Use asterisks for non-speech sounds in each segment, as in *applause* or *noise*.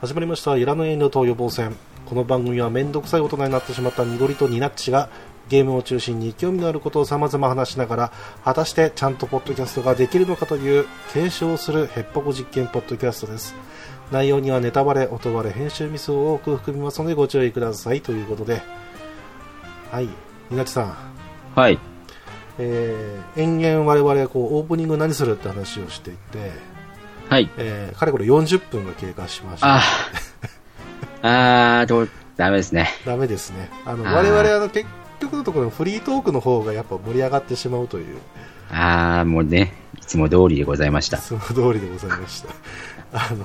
始まりましたいらぬ遠慮と予防戦この番組は面倒くさい大人になってしまったニゴリとニナッチがゲームを中心に興味のあることをさまざま話しながら果たしてちゃんとポッドキャストができるのかという検証をするヘッポコ実験ポッドキャストです内容にはネタバレ音バレ編集ミスを多く含みますのでご注意くださいということではいニナッチさんはい。えー、延々我々こうオープニング何するって話をしていて、はい。えー、かれこれ40分が経過しましたああ。ああ、どう、ダメですね。ダメですねあのあー我々あの結局のところフリートークの方がやっぱ盛り上がってしまうというああ、もうね、いつも通りでございました。その通りでございました *laughs* あの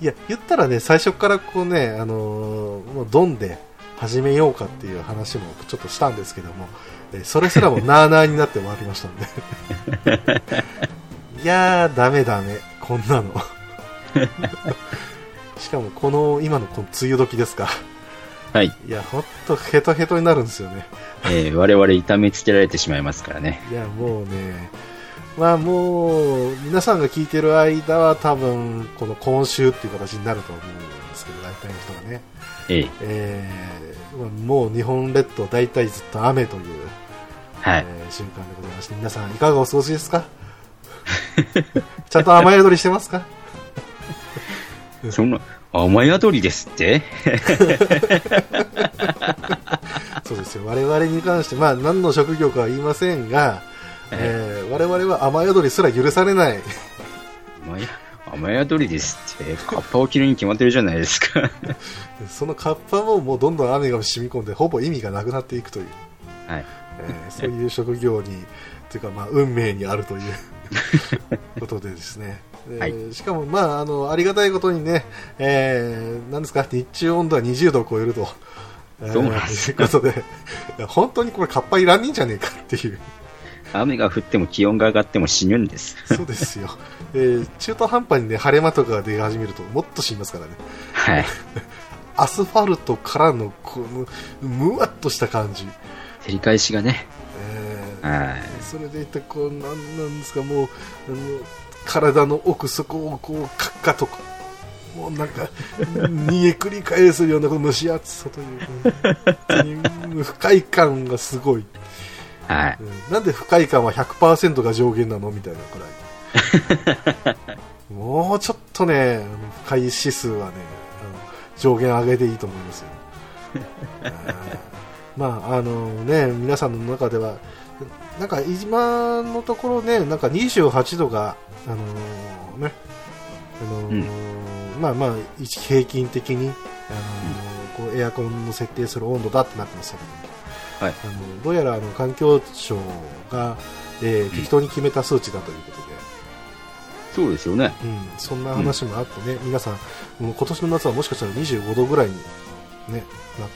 いや言ったらね最初からこうねあのーもうドンで始めようかっていう話もちょっとしたんですけどもえーそれすらもなあなあになって終わりましたんで *laughs* いやーダメダメこん *laughs* なのしかもこの今のこの梅雨時ですかはい。いやほんとヘトヘトになるんですよねえー、我々痛めつけられてしまいますからね。いやもうね、まあもう皆さんが聞いてる間は多分この今週っていう形になると思うんですけど、大体の人がね、えええーまあもう日本列島大体ずっと雨という、はい。えー瞬間でございまして、皆さんいかがお過ごしですか *laughs* ちゃんと雨宿りしてますかそんな、雨宿りですってそうですよ、我々に関して、まあ何の職業かは言いませんが、えー我々は雨宿りすら許されない雨や雨宿りですって、カッパを着るに決まってるじゃないですか。そのカッパももうどんどん雨が染み込んでほぼ意味がなくなっていくという、はい。えーそういう職業にというかまあ運命にある *laughs* ということでですね、えーしかもまああのありがたいことにね、えーなんですか日中温度は20度を超えると。えーそうなんですということで、いや本当にこれ、カッパいらんねえんじゃねえかって *laughs* いう、雨が降っても気温が上がっても死ぬんです。そうですよ、えー中途半端にね、晴れ間とかが出始めると、もっと死にますからね。はい。アスファルトからのこのむわっとした感じ、照り返しがね。えーはい。それでいてこうなんなんですかもうあの体の奥底をこうカッカとこうもうなんか煮えくり返すようなこの蒸し暑さというか本当に不快感がすごい、はい。うんなんで不快感は100%が上限なのみたいなくらいもうちょっとねあの不快指数はねあの上限上げていいと思いますよあーまああのね皆さんの中ではなんか今のところねなんか28度があのーねあのーまあまあ一平均的にあのーこうエアコンの設定する温度だってなってますけどはいあのどうやらあの環境省が、えー適当に決めた数値だということで、そうですよね。うんそんな話もあってね、皆さん、もう今年の夏はもしかしたら25度ぐらいに、ね、なっ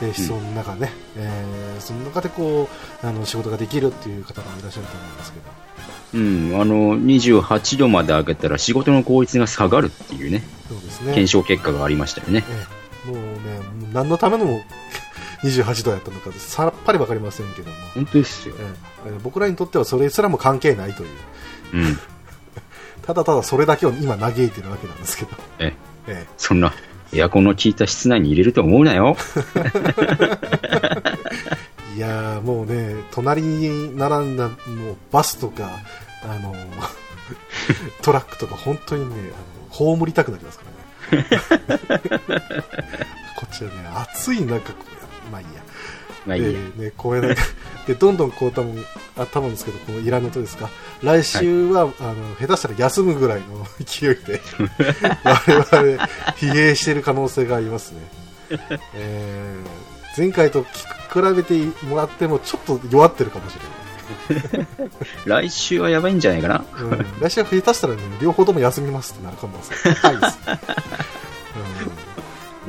て、で室温の中ね、えーその中でこうあの仕事ができるっていう方がいらっしゃると思うんですけど、うん。あの、28度まで上げたら仕事の効率が下がるっていうね。そうですね、検証結果がありましたよね。ええもうね、もう *laughs* 何のための28度やったのか、さっぱり分かりませんけども、本当ですよ。ええ僕らにとってはそれすらも関係ないという、うん。ただただそれだけを今、嘆いてるわけなんですけど。え、ええそんな、エアコンの効いた室内に入れると思うなよ。いやーもうね、隣に並んだもうバスとか、あの *laughs* トラックとか、本当にね、あの葬りたくなりますからね。こっちはね、暑い中、こうまあいいや、まあいいやえーね、公園 *laughs* なんかでどんどんこう多分頭ですけど、このイランのとですか、来週は、あの下手したら休むぐらいの勢いで、 *laughs* 我々、疲弊している可能性があります *laughs* ね。えー前回と比べてもらっても、ちょっと弱ってるかもし来週はやばいんじゃないかな。れない。うん、来週は下手したら、ね、両方とも休みますってなるかもしれない。はいです、うん、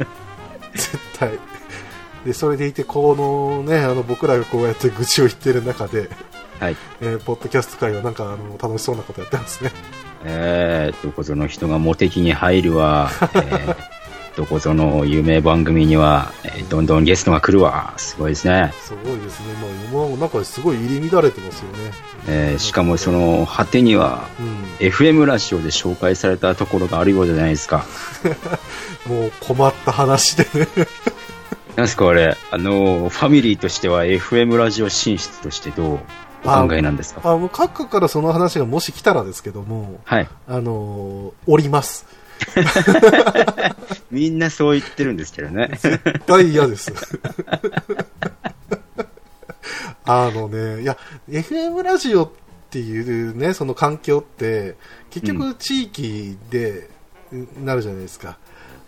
絶対。で、それでいて、このね、あの僕らがこうやって愚痴を言ってる中で、はい。えーポッドキャスト界はなんかあの楽しそうなことやってますね。 *laughs* えー、どこぞの人がモテ期に入るわ。えーどこぞの有名番組には、えーどんどんゲストが来るわ。すごいですね。すごいですね、まあ、世の中ですごい入り乱れてますよね。えーしかもその果てには、うん、 FM ラジオで紹介されたところがあるようじゃないですか。もう困った話でね、なんすかあれ、あのーファミリーとしては FM ラジオ進出としてどうお考えなんですかあの各国からその話がもし来たらですけども、はい。あのーおります。みんなそう言ってるんですけど *laughs* ね。絶対嫌です。 *laughs* あのね、いや、FM ラジオっていうね、その環境って、結う局地域でなるじゃないですか。はい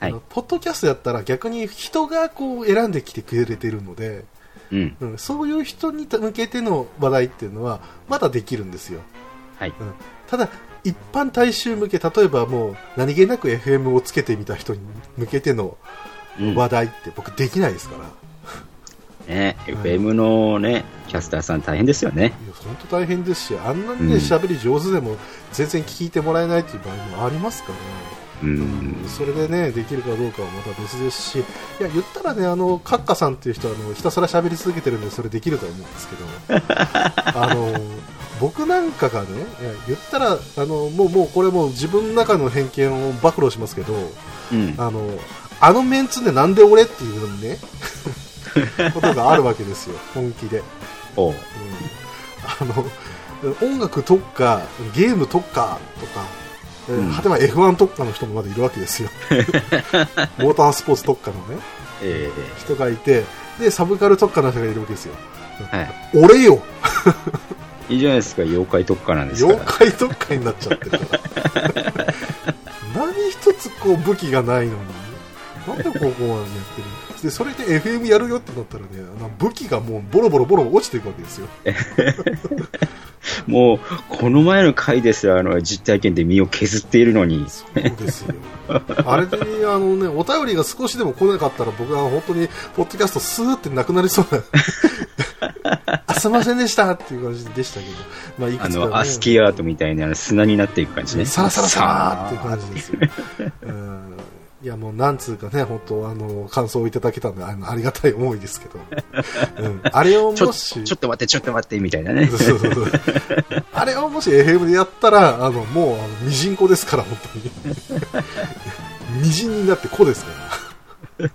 あのポッドキャストやったら逆に人がこう選んできてくれてるので、うん。うん、そういう人に向けての話題っていうのはまだできるんですよ。はい。ただ一般大衆向け例えばもう何気なく FM をつけてみた人に向けてのうん話題って僕できないですから、ね、FM のね、キャスターさん大変ですよね。いや本当大変ですしあんなにうんね喋、り上手でも全然聞いてもらえないという場合もありますから、うん。それでねできるかどうかはまた別ですしいや言ったらねあのカッカさんっていう人はあのひたすら喋り続けてるんでそれできるとは思うんですけどあの僕なんかがねいや言ったらあのもうもうこれもう自分の中の偏見を暴露しますけどうん。あの、あのメンツでなんで俺っていうね、ことがあるわけですよ、本気で。うんおうあの、音楽特化、ゲーム特化とか、えーうん果ては F1 特化の人もまだいるわけ *laughs* ですよ。モータースポーツ特化のね、え人がいて、で、サブカル特化の人がいるわけですよ。えは俺よい。いいじゃないですか、妖怪特化なんですか妖ら。怪特化になっちゃってるから *laughs* 何一つこう武器がないのになんでここまでやってるでそれで FM やるよってなったらねあの武器がもうボロボロボロ落ちていくわけですよもう、この前の回ですら、あの、実体験で身を削っているのに、そうですよあれであのねお便りが少しでも来なかったら僕は本当にポッドキャストスーってなくなりそう *laughs* なあすいませんでしたっていう感じでしたけど、まあ、いあくつか、ね、の、アスキーアートみたいなあの砂になっていく感じね。サラサラサラーっていうさ感じですよ。うんいやもうなんつうかね、本当あの、感想をいただけたんで、あのありがたい思いですけど。うんあれをあちょもし、ちょっと待って、ちょっと待って、みたいなね。そうそうそうあれをもし FM でやったら、あの、もう、あの、ミジンコですから、本当に。ミジンになって子ですから。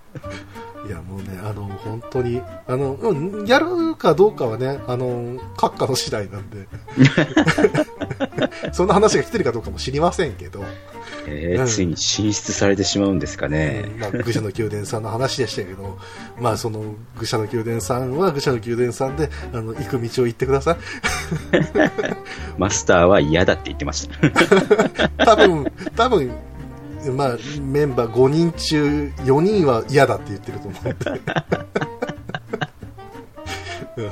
いや、もうね、あの、本当に、あの、うんやるかどうかはね、あの、閣下の次第なんで。そんな話が来てるかどうかも知りませんけど、えーついに進出されてしまうんですかね。まあ、愚者の宮殿さんの話でしたけど、まあ、その、愚者の宮殿さんは愚者の宮殿さんで、あの、行く道を行ってください。マスターは嫌だって言ってました。 *laughs* *laughs* 多分多分まあメンバー5人中4人は嫌だって言ってると思うんでうん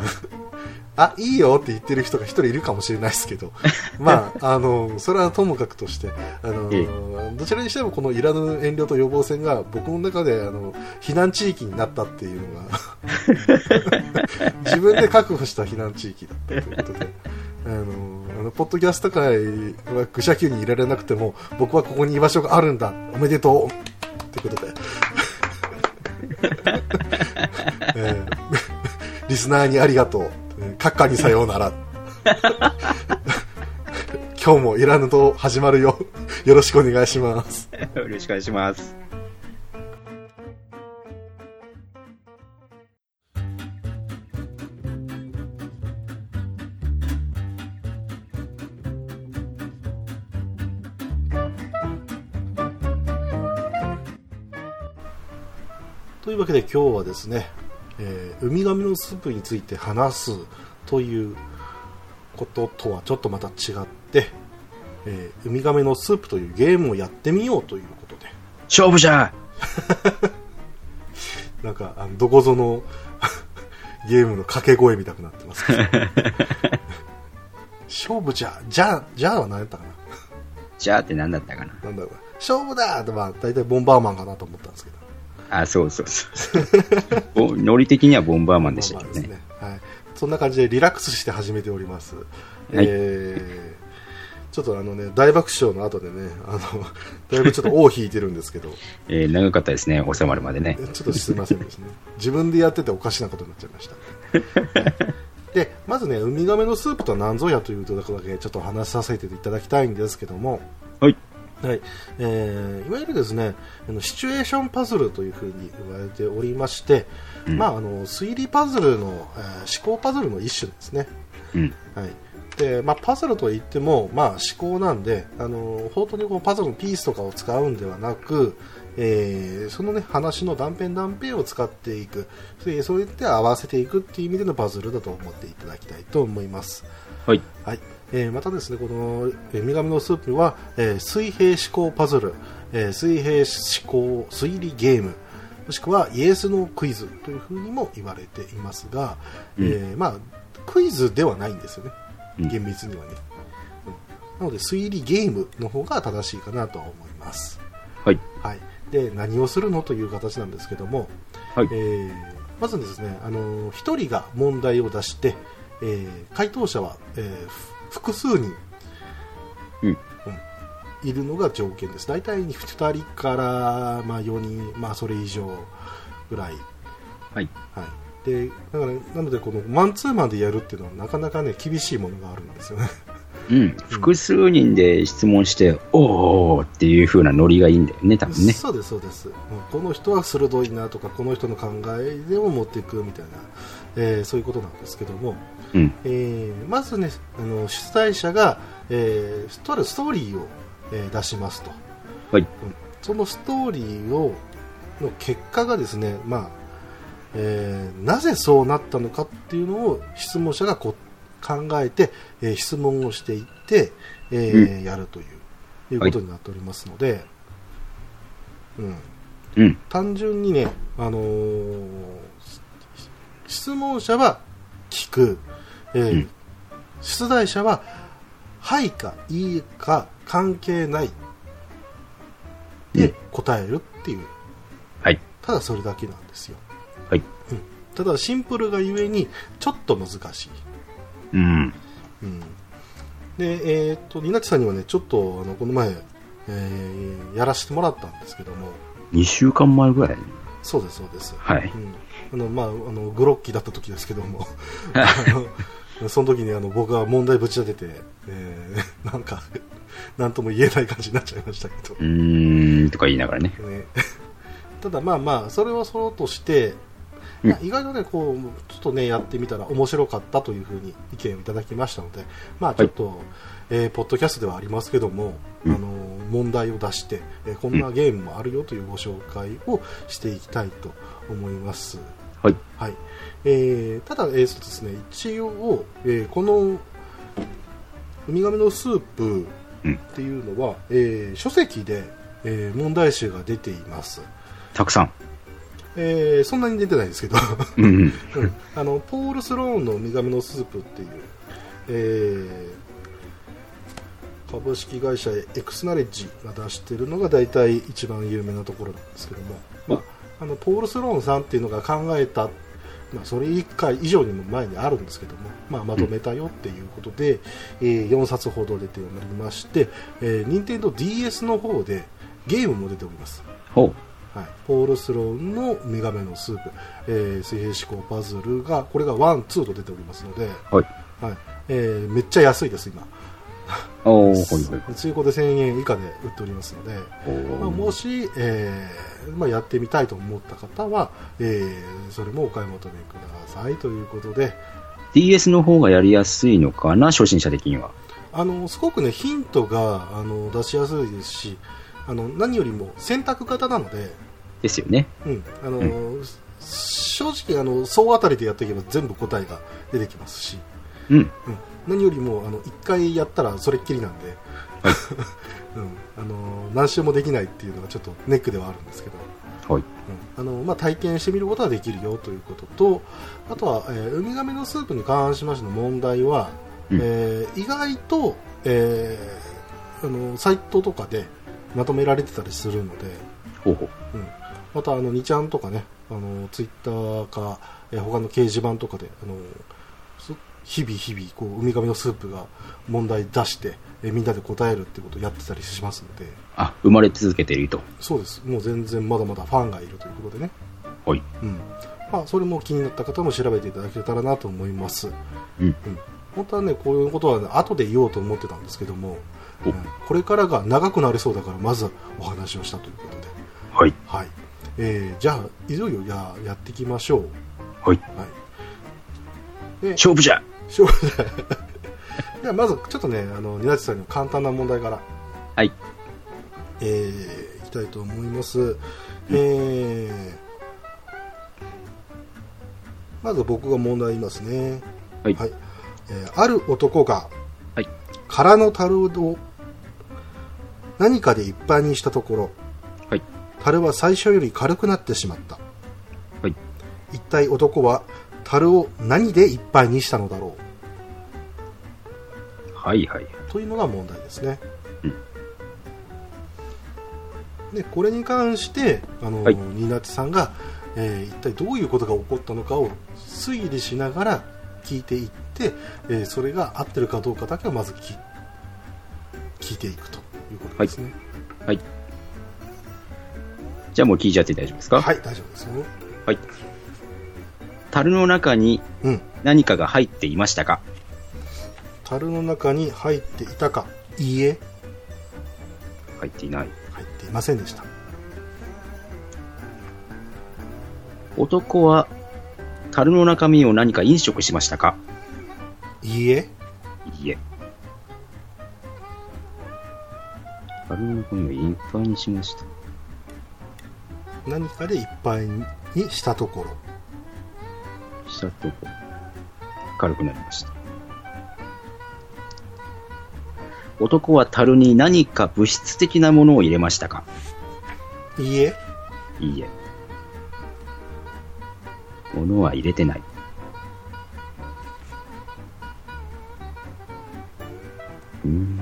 あいいよって言ってる人が1人いるかもしれないですけど、まあ、あのそれはともかくとしてあの、えどちらにしてもこのいらぬ遠慮と予防線が僕の中であの避難地域になったっていうのが自分で確保した避難地域だったということで。あのあのポッドキャスト界は愚者級にいられなくても僕はここに居場所があるんだおめでとうということで、えーリスナーにありがとうえー閣下にさようなら *laughs* 今日もいらぬと始まるよよろしくお願いしますよろしくお願いします。というわけで今日はですね、えーウミガメのスープについて話すということとはちょっとまた違って、えーウミガメのスープというゲームをやってみようということで勝負じゃなんかあのどこぞの *laughs* ゲームの掛け声みたくなってますけど勝負じゃじゃじゃは何やったかなじゃあって何だったかな。なんだろうな勝負だとまあ大体ボンバーマンかなと思ったんですけどあ、そうそうそう。 *laughs* おノリ的にはボンバーマンでしたけどまあね。まあですねはい、そんな感じでリラックスして始めております、えーちょっとあのね、大爆笑の後でね、あの、だいぶちょっと尾を引いてるんですけど、えー長かったですね、収まるまでね。ちょっとすいませんですね。自分でやってておかしなことになっちゃいました。で、まずね、ウミガメのスープとは何ぞやというところだけちょっと話させていただきたいんですけども、はい。はいえーいわゆるですねあのシチュエーションパズルというふうに言われておりまして、まあ、あの推理パズルの、えー思考パズルの一種ですね、うん。はいでまあ、パズルといっても、まあ、思考なんであの本当にこうパズルのピースとかを使うんではなく、えーその、ね、話の断片断片を使っていくでそういって合わせていくっていう意味でのパズルだと思っていただきたいと思います。はい。はいえーまたですねこの「えーウミガメのスープは」えー水平思考パズル、えー水平思考推理ゲームもしくはイエスのクイズというふうにも言われていますが、うんえーまあ、クイズではないんですよねうん厳密にはね、うんなので推理ゲームの方が正しいかなと思います、はい。はい、で何をするのという形なんですけども、はいえ。ーまずですね、あのー一人が問題を出して、えー回答者は、えーふ複数人うん。いるのが条件です大体2人から、まあ、4人、まあ、それ以上ぐらい、はい。はい、でだからなのでこのマンツーマンでやるっていうのはなかなかね厳しいものがあるんですよねうん。複数人で質問して、おーおーっていう風なノリがいいんだよね、多分 *laughs* ね。そうですそうです、うんこの人は鋭いなとかこの人の考えでも持っていくみたいな、えーそういうことなんですけども、うん。えーまずねあの主催者が、えー、とあるストーリーを、えー出しますと、はい。うんそのストーリーをの結果がですね、まあえーなぜそうなったのかっていうのを質問者がこ考えて、えー質問をしていって、えーやるといういうことになっておりますので、うん、うん。単純にね、あのーし質問者は聞く、えーうん出題者ははいかいいか関係ないうでん答えるっていうはい。ただそれだけなんですよはい。ただシンプルがゆえにちょっと難しい、うん。うん、でえーっと稲木さんにはねちょっとあのこの前、えーやらせてもらったんですけども2週間前ぐらいにそうですそうですはい。うん、あのまああのグロッキーだった時ですけど *laughs* もあのその時にあの僕は問題ぶち立てて、えー *laughs* なんか何とも言えない感じになっちゃいましたけどう、ーん、とか言いながらね。ね、 *laughs* ただまあまあそれはそのとして、うんまあ意外とねこうちょっとねやってみたら面白かったというふうに意見をいただきましたのでまあちょっと、えーポッドキャストではありますけども、うんあの問題を出して、えーこんなゲームもあるよというご紹介をしていきたいと思います。はい。はいえーただ、えーそうですね、一応、えーこのウミガメのスープうん。っていうのは、えー書籍で、えー問題集が出ています、たくさん。えーそんなに出てないですけど、うんうん。うん *laughs* あのポール・スローンのウミガメのスープっていう、えー株式会社エクスナレッジが出してるのが大体一番有名なところなんですけども、まあ、あのポール・スローンさんっていうのが考えた、まあ、それ1回以上にも前にあるんですけども、まあ、まとめたよっていうことで、え4冊ほど出ておりまして、えー、任天堂 d s の方でゲームも出ておりますほう。はい、ポール・スローンの「女神のスープ」えー水平思考パズルがこれがワンツーと出ておりますので、はい。はいえーめっちゃ安いです今おー、ほいほい。中古で1000円以下で売っておりますので、おーまあ、もし、えーまあ、やってみたいと思った方は、えーそれもお買い求めくださいということで DS の方がやりやすいのかな、初心者的には。あのすごくねヒントがあの出しやすいですしあの何よりも選択型なのでですよね。うんあのー正直あの総当たりでやっていけば全部答えが出てきますし、うん。うん、何よりもあの1回やったらそれっきりなんで、 *laughs* うんあのー何周もできないっていうのがちょっとネックではあるんですけど、はい。うんあのまあ、体験してみることはできるよということとあとは、えーウミガメのスープに関しましての問題は、うんえー意外と、えーあのサイトとかでまとめられてたりするので。ほうほう。うん、またあの2ちゃんとかねあのツイッターか、えー他の掲示板とかであのそ日々日々こうウミガメのスープが問題出してえみんなで答えるってことをやってたりしますのであ、生まれ続けていると。そうですもう全然まだまだファンがいるということでね、はい。うんまあ、それも気になった方も調べていただけたらなと思います、うん。うん、本当はねこういうことは、ね、後で言おうと思ってたんですけども、おうんこれからが長くなりそうだからまずはお話をしたということで、はい。はいえーじゃあいよいよややっていきましょうはい。はい。で、勝負じゃ *laughs* 勝負ではまずちょっとね、あの、ニナチさんにも簡単な問題から、はい。えー、いきたいと思います。えー、まず僕が問題言いますね。はいえーある男が、はい空の樽を何かでいっぱいにしたところ、はい。樽は最初より軽くなってしまった。はい。一体男は樽を何でいっぱいにしたのだろはいはい。うというのが問題ですね、うんでこれに関してあの、はいニナチさんが、えー一体どういうことが起こったのかを推理しながら聞いていって、えーそれが合ってるかどうかだけをまず聞聞いていくということですねはい。じゃあもう聞いちゃって大丈夫ですかはい、大丈夫ですよはい。樽の中にうん何かが入っていましたか樽の中に入っていたかいいえ入っていない。入っていませんでした男は樽の中身を何か飲食しましたかいいえいいえ。樽の中身をいっぱいにしました。何かでいっぱいにしたところしたとこ、軽くなりました。男は樽に何か物質的なものを入れましたかいいえいいえ。物は入れてない。うーん。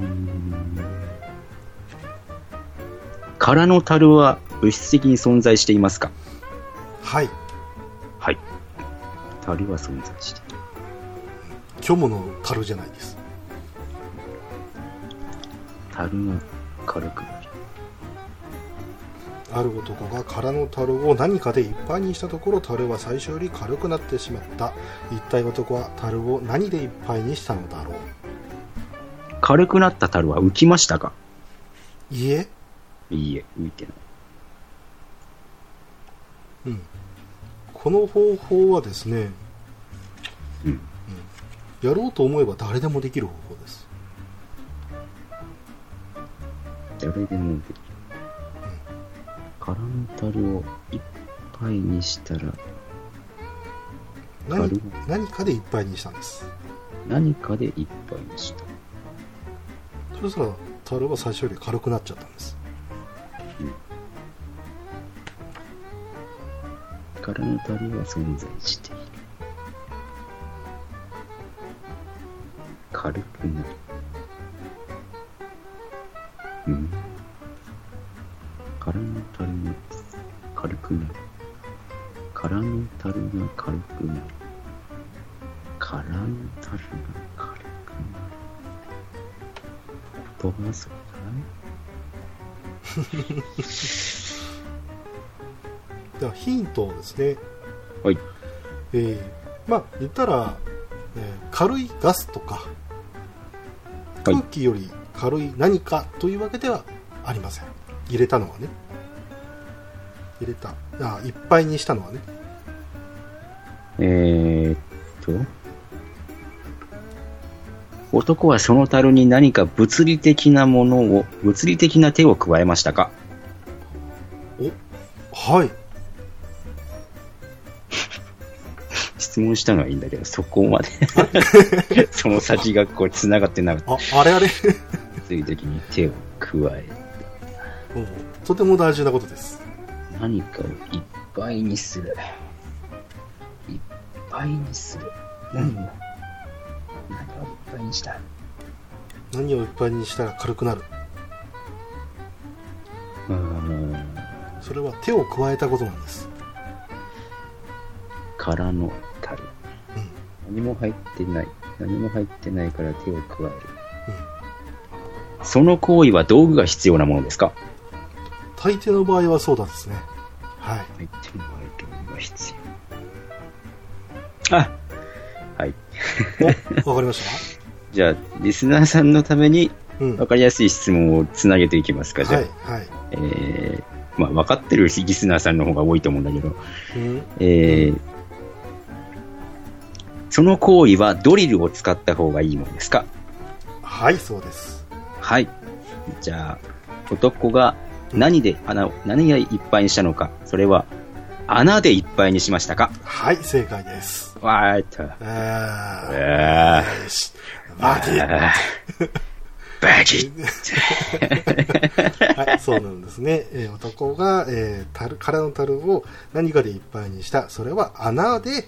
空の樽は物質的に存在していますかはいはい。樽は存在している。虚無の樽じゃないです樽が軽くなる。ある男が空の樽を何かでいっぱいにしたところ樽は最初より軽くなってしまった一体男は樽を何でいっぱいにしたのだろう軽くなった樽は浮きましたかいいえいいえ、浮いてない。この方法はですね、うんうんやろうと思えば誰でもできる方法です誰でもできる。空の樽をいっぱいにしたら何樽何かでいっぱいにしたんです何かでいっぱいにした。そしたら樽は最初より軽くなっちゃったんです空の樽は存在している。軽くなる。うん。空の樽が軽くなる。空の樽が軽くなる。空の樽が軽くなる。飛ばすではヒントをですねかいはい。えーまあ言ったら、えー軽いガスとかはい空気より軽い何かというわけではありません入れたのはね入れたあいっぱいにしたのはねえーっと。男はその樽に何か物理的なものを、物理的な手を加えましたかはい質問したのはいいんだけど、そこま *laughs* で。その先がこう繋がってなくて、ああれあれ *laughs* 物理的に手を加え、もうとても大事なことです何かをいっぱいにする。いっぱいにする。何を、何をいっぱいにした。何をいっぱいにしたら軽くなるうーん。それは手を加えたことなんです空の樽、うん何も入ってない何も入ってないから手を加える。その行為は道具が必要なものですか大抵の場合はそうなんですね。はい。入ってるのは道具が必要。あはい。おわかりましじゃあ、リスナーさんのためにた *laughs* うん。分はい。かりやすい質問をつなげていきますか、じゃあ。はい。えーまあ、分かってるリスナーさんの方が多いと思うんだけど、うん。えーその行為はドリルを使った方がいいものですかはい、そうです。はい。じゃあ、男が何で穴を、何がいっぱいにしたのか、それは穴でいっぱいにしましたかはい、正解です。わーっと。えー、えよし。待ー、て。バキッはい、そうなんですね。えー男が、えー、樽空の樽を何かでいっぱいにした。それは穴で、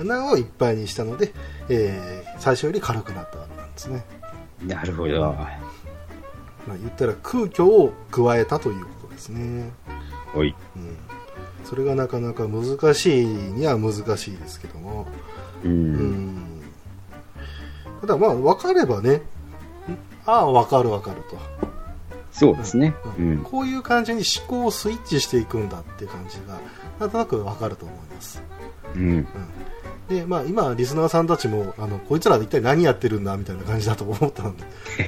穴をいっぱいにしたので、えー最初より軽くなったわけなんですね。 *laughs* なるほど。まあ、言ったら空虚を加えたということですね。おい。うん。それがなかなか難しいには難しいですけども。う。うんん。ただまあ、分かればね、んああ、分かる分かると。そうですね。ううんん。こういう感じに思考をスイッチしていくんだっていう感じがなんとなくわかると思います、うん。うん、でまあ今リスナーさんたちもあのこいつら一体何やってるんだみたいな感じだと思ったんで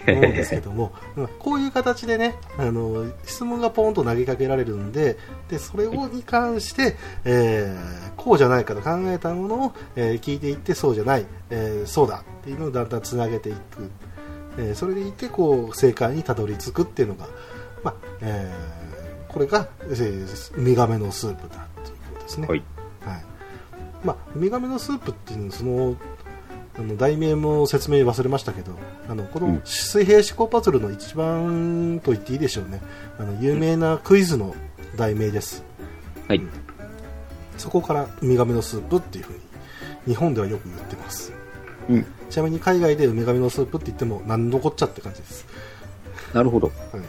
思うんですけども、うんこういう形でねあの質問がポンと投げかけられるんででそれをに関して、えーこうじゃないかと考えたものを、えー聞いていってそうじゃない、えーそうだっていうのをだんだんつなげていく、えーそれでいてこう正解にたどり着くっていうのがまあえーこれが、えー、ウミガメのスープだということですね。はい。はいまあ、ウミガメのスープっていうのはそのあの題名も説明忘れましたけどあのこうのん水平思考パズルの一番と言っていいでしょうねあの有名なクイズの題名ですはい。そこからウミガメのスープっていうふうに日本ではよく言ってますうん。ちなみに海外でウミガメのスープって言っても何のこっちゃって感じです、なるほど。はい、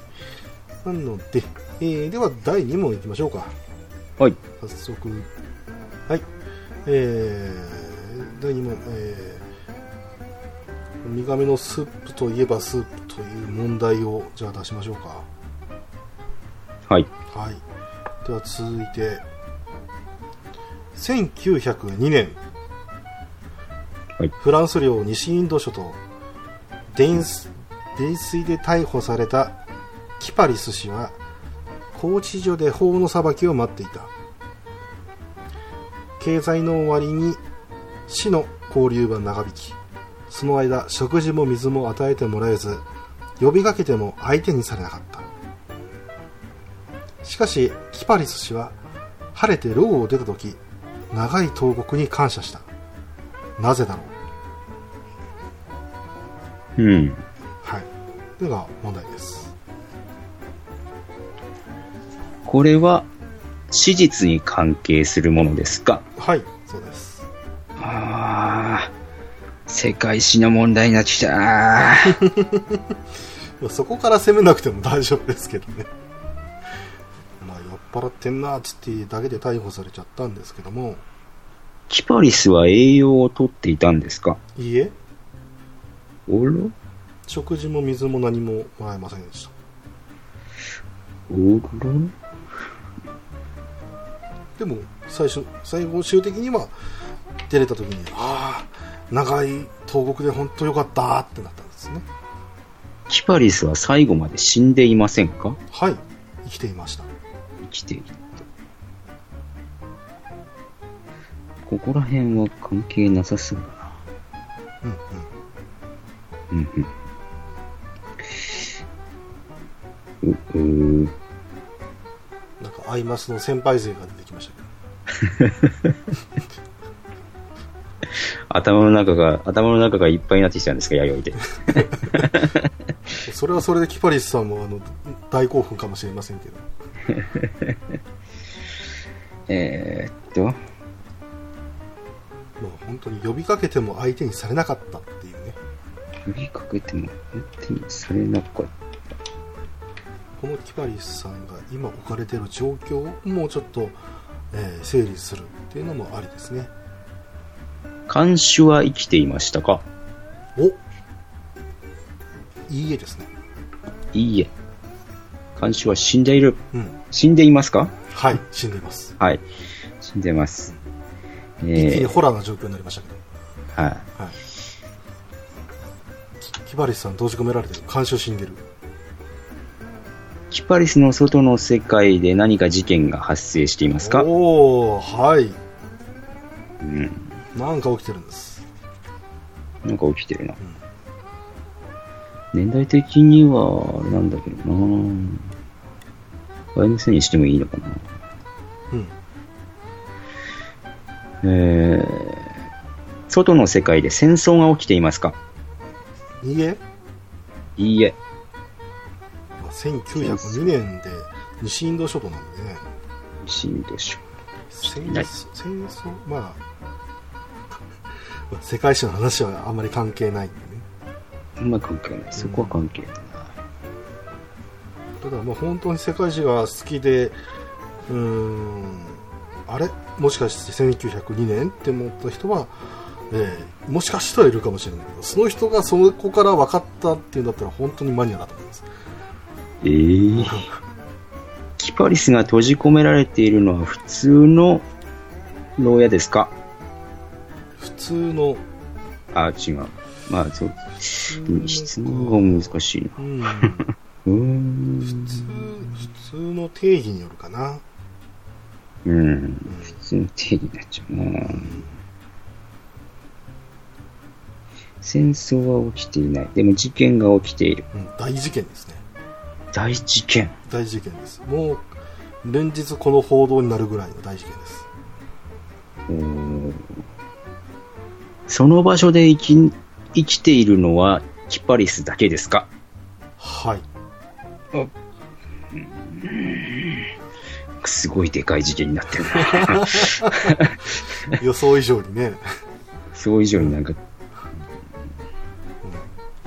なので、えーでは第2問いきましょうかはい。早速はいえー、第2問えーウミガメのスープといえばスープという問題をじゃあ出しましょうかはい。はいでは続いて1902年、はいフランス領西インド諸島電水泥酔で逮捕されたキパリス氏は拘置所で法の裁きを待っていた経済の終わりに死の交流が長引きその間食事も水も与えてもらえず呼びかけても相手にされなかったしかしキパリス氏は晴れて牢を出た時長い投獄に感謝したなぜだろううん。はいのが問題ですこれは、史実に関係するものですかはいそうですああ、世界史の問題になってきた。いやそこから攻めなくても大丈夫ですけどね *laughs* まあ酔っ払ってんなっつってだけで逮捕されちゃったんですけどもキパリスは栄養をとっていたんですかいいえおろ食事も水も何ももらえませんでしたおろでも最初最後終的には出れた時にああ長い投獄で本当よかったってなったんですねキパリスは最後まで死んでいませんかはい生きていました生きているここら辺は関係なさそうだな。うんうんうんうん。う、うなんかアイマスの先輩勢が出てきましたけど頭の中が、頭の中がいっぱいになってきたんですか、弥生 *laughs* で。それはそれでキパリスさんもあの大興奮かもしれませんけどえーっと、もう本当に呼びかけても相手にされなかったっていうね呼びかけても、本当にされなかっこのキパリスさんが今置かれている状況をもうちょっと、えー整理するっていうのもありですねた。監守は生きていましたかいいえですね。いいえ。監視は死んでいる。うん。死んでいますかはい、死んでいます。はい。死んでます。一気にえー、ホラーな状況になりましたけど。はい。はい。きキバリスさん、閉じ込められてる。監視を死んでる。キパリスの外の世界で何か事件が発生していますかおー、はい。うん。なんか起きてるんです。なんか起きてるな。年代的には、あれなんだけどなあれのせいにしてもいいのかなうん。えー、外の世界で戦争が起きていますかいいえ、いいえ。まあ、1902年で西インド諸島なんでね。死んでしょ。戦ない争、戦争、まあ、まあ世界史の話はあんまり関係ないんでね。あんま関係ない。そこは関係ない。ただまあ本当に世界史が好きでうーんあれもしかして1902年って思った人は、えーもしかしたらいるかもしれないけどその人がそこから分かったっていうんだったら本当にマニアだと思いますえー、キパリスが閉じ込められているのは普通の牢屋ですか普通のあ、違う。まあ、そう。普通うん質問が難しいな。うんうー普ん。通普通の定義によるかなうん。普通の定義になっちゃうな。戦争は起きていない。でも事件が起きている。うん大事件ですね大事件。大事件ですもう連日この報道になるぐらいの大事件ですうーんその場所で生き、生きているのはキパリスだけですかはいすごいでかい事件になってるな。 *laughs* 予想以上にね *laughs* それ以上になんか、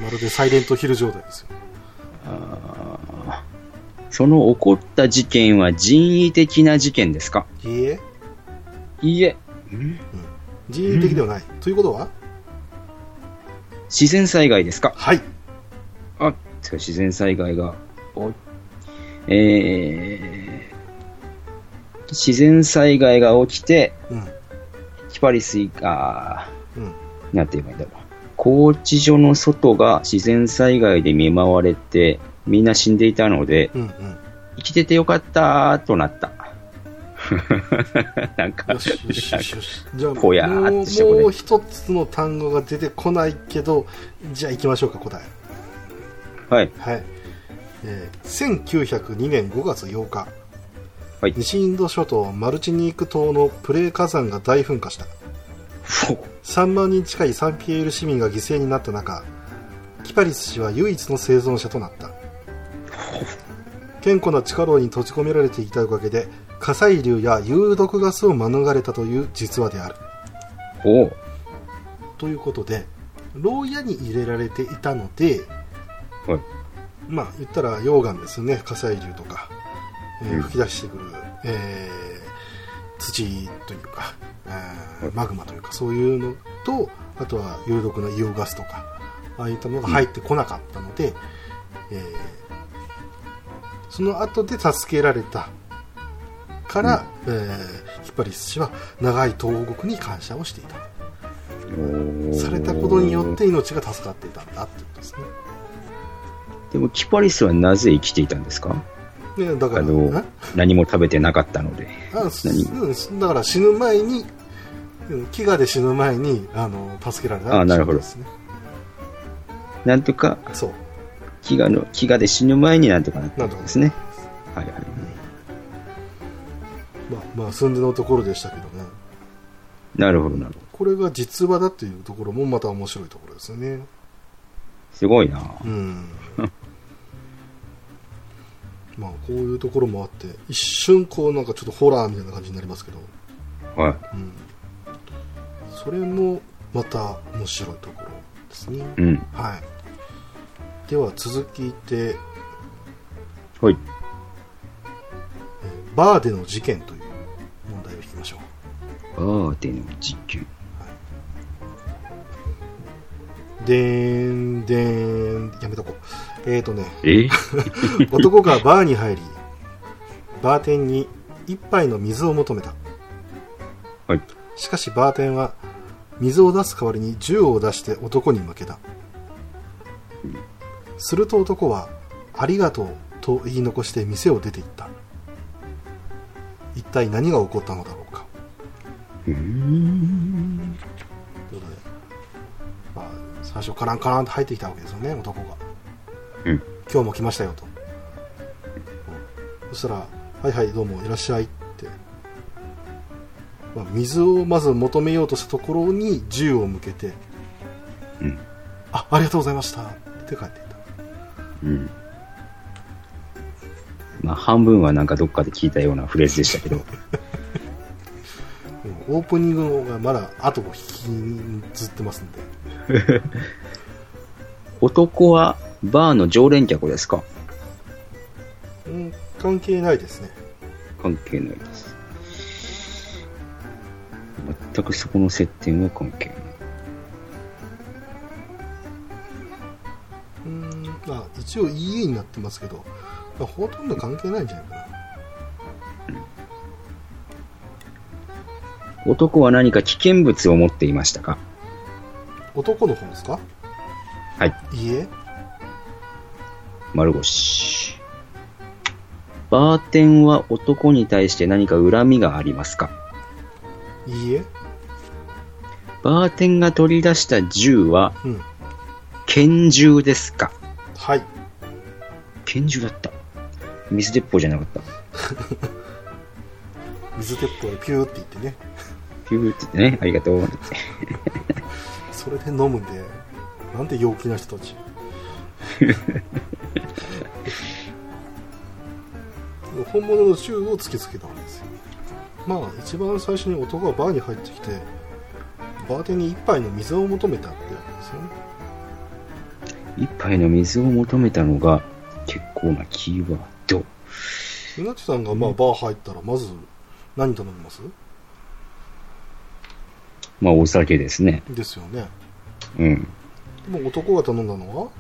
まるでサイレントヒル状態ですよあーその起こった事件は人為的な事件ですかいいえいいえ。人為的ではない、ということは自然災害ですかはいあ、てか自然災害が、おえー、自然災害が起きて、うんキパリスイカ、うんなんて言えばいいんだろう。拘置所の外が自然災害で見舞われて、みんな死んでいたので、うんうん生きててよかったーとなった。 *laughs* なんかよ、しよしよしよ *laughs* しじゃあぽやもうーってしてこれもう一つの単語が出てこないけどじゃあ行きましょうか答えはい。はい、えー1902年5月8日、はい西インド諸島マルチニーク島のプレー火山が大噴火したふぉ3万人近いサンピエール市民が犠牲になった中キパリス氏は唯一の生存者となった健康な地下牢に閉じ込められていたおかげで火砕流や有毒ガスを免れたという実話であるおうということで牢屋に入れられていたのではい。まあ言ったら溶岩ですね火砕流とか、えーうん噴き出してくる、えー土というか、えーはいマグマというかそういうのとあとは有毒な硫黄ガスとかああいったものが入ってこなかったので、えーその後で助けられたから、えーヒッパリス氏は長い東国に感謝をしていたおうされたことによって命が助かっていたんだってことですねでも、キパリスはなぜ生きていたんですかねだかあら、のね、何も食べてなかったので。あす何うんだから死ぬ前にうん飢餓で死ぬ前にあの助けられたあなるほどですねなんとか、そう飢餓の、飢餓で死ぬ前になんとかなったんですね。はいはい。まあまあ寸でのところでしたけどねなるほどなるほど。これが実話だっていうところもまた面白いところですよねすごいなうん *laughs* まあこういうところもあって一瞬こうなんかちょっとホラーみたいな感じになりますけど、はい。うん、それもまた面白いところですね、うん。はい、では続いてはい。バーでの事件という問題を引きましょうバーでの実験。でーん、でーん、やめとこう。えーとね、え男がバーに入り、バーテンに一杯の水を求めた。はい。しかしバーテンは水を出す代わりに銃を出して男に負けたすると男は「ありがとう」と言い残して店を出て行った一体何が起こったのだろうかうーん。ということで、まあ、最初カランカランと入ってきたわけですよね男がうん。今日も来ましたよと、そしたら「はいはいどうもいらっしゃい」って、まあ、水をまず求めようとしたところに銃を向けてうん。 「あありがとうございました」って帰っていったうん。まあ、半分はなんかどっかで聞いたようなフレーズでしたけ *laughs* ど。うんオープニングの方がまだ後を引きずってますんで男はバーの常連客ですかうん関係ないですね関係ないです。全くそこの接点は関係ない。うんまあ一応家になってますけど、まあほとんど関係ないんじゃないかな男は何か危険物を持っていましたか男の方ですかはい。いいえ丸腰。バーテンは男に対して何か恨みがありますかいいえバーテンが取り出した銃はうん拳銃ですかはい拳銃だった。水鉄砲じゃなかった。水鉄砲でピューって言ってねピューってね、ありがとう。それで飲むんでなんて陽気な人たち本物の銃を突きつけたわけですよまあ一番最初に男がバーに入ってきてバーテンに一杯の水を求めたってわけですよね一杯の水を求めたのが結構なキーワード。うなちさんがまあバー入ったらまず何頼みますまあお酒ですね。ですよねうん。でも男が頼んだのは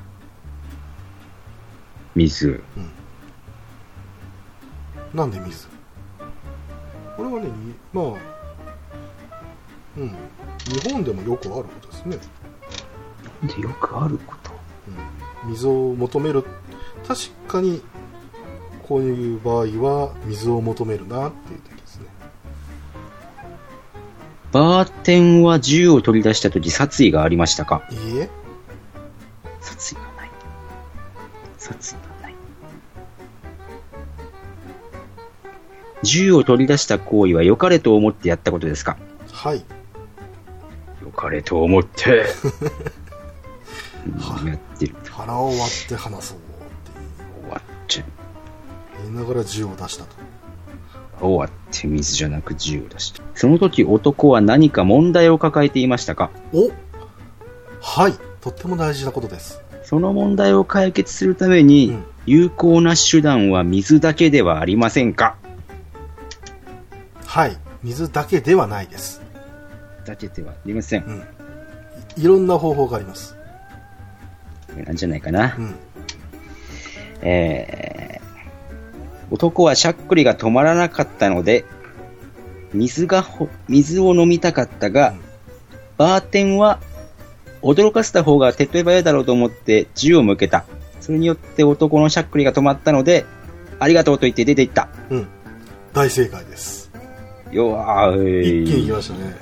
水。なんで水これはね、にまあ、うん、日本でもよくあることですね。でよくあること。うん、水を求める、確かに、こういう場合は水を求めるなっていう時ですね。バーテンは銃を取り出した時殺意がありましたかいいえ、殺意がない。殺意がない。銃を取り出した行為は良かれと思ってやったことですかはい、良かれと思って。は *laughs* うんやってる。腹を割って話そうって終わっちゃう。言いながら銃を出したと。終わって水じゃなく銃を出した。その時男は何か問題を抱えていましたかおはい、とっても大事なことです。その問題を解決するためにうん有効な手段は水だけではありませんかはい、水だけではないです。だけではありません。いいろんな方法があります。これなんじゃないかなう。ん、えー男はしゃっくりが止まらなかったので、水がほ、水を飲みたかったが、バーテンは驚かせた方が手っ取り早いだろうと思って銃を向けた。それによって男のしゃっくりが止まったので、ありがとうと言って出て行った。うん、大正解です。よ一ー気にい。来ましたね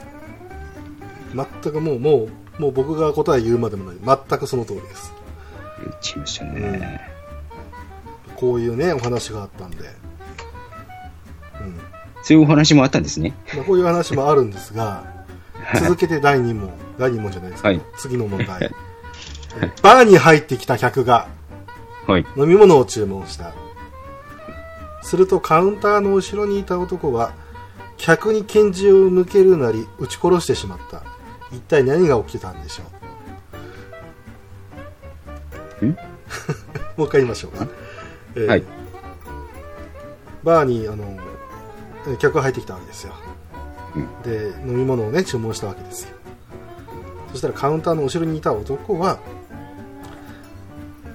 全くもうもうもう僕が答え言うまでもない全くその通りです言っちゃいましたね。こういうねお話があったんで、うんそういうお話もあったんですね。まあ、こういう話もあるんです *laughs* が続けて第2問第2問じゃないですか、はい次の問 *laughs* 題バーに入ってきた客がはい。飲み物を注文したするとカウンターの後ろにいた男は客に拳銃を向けるなり撃ち殺してしまった一体何が起きてたんでしょうん *laughs* もう一回言いましょうか、えーはいバーにあのえー客が入ってきたわけですよ、うんで飲み物をね注文したわけですよそしたらカウンターの後ろにいた男は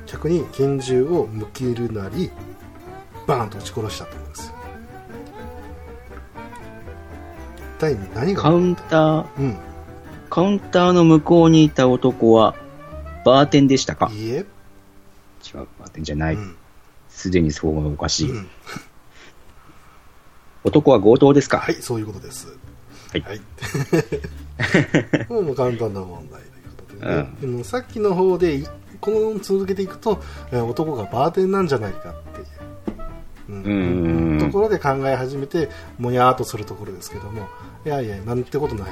客に拳銃を向けるなりバーンと撃ち殺したと思うんですよ一体何がカウンター、うんカウンターの向こうにいた男は、バーテンでしたかいいえ、違う、バーテンじゃなうい。んすでにそうがおかしい。うん *laughs* 男は強盗ですか、はいそういうことですはいはい *laughs* もう簡単な問題ということで、ねうんさっきの方でいこの続けていくとえー男がバーテンなんじゃないかっていううーんところで考え始めてもやーっとするところですけどもいやいやなんてことない、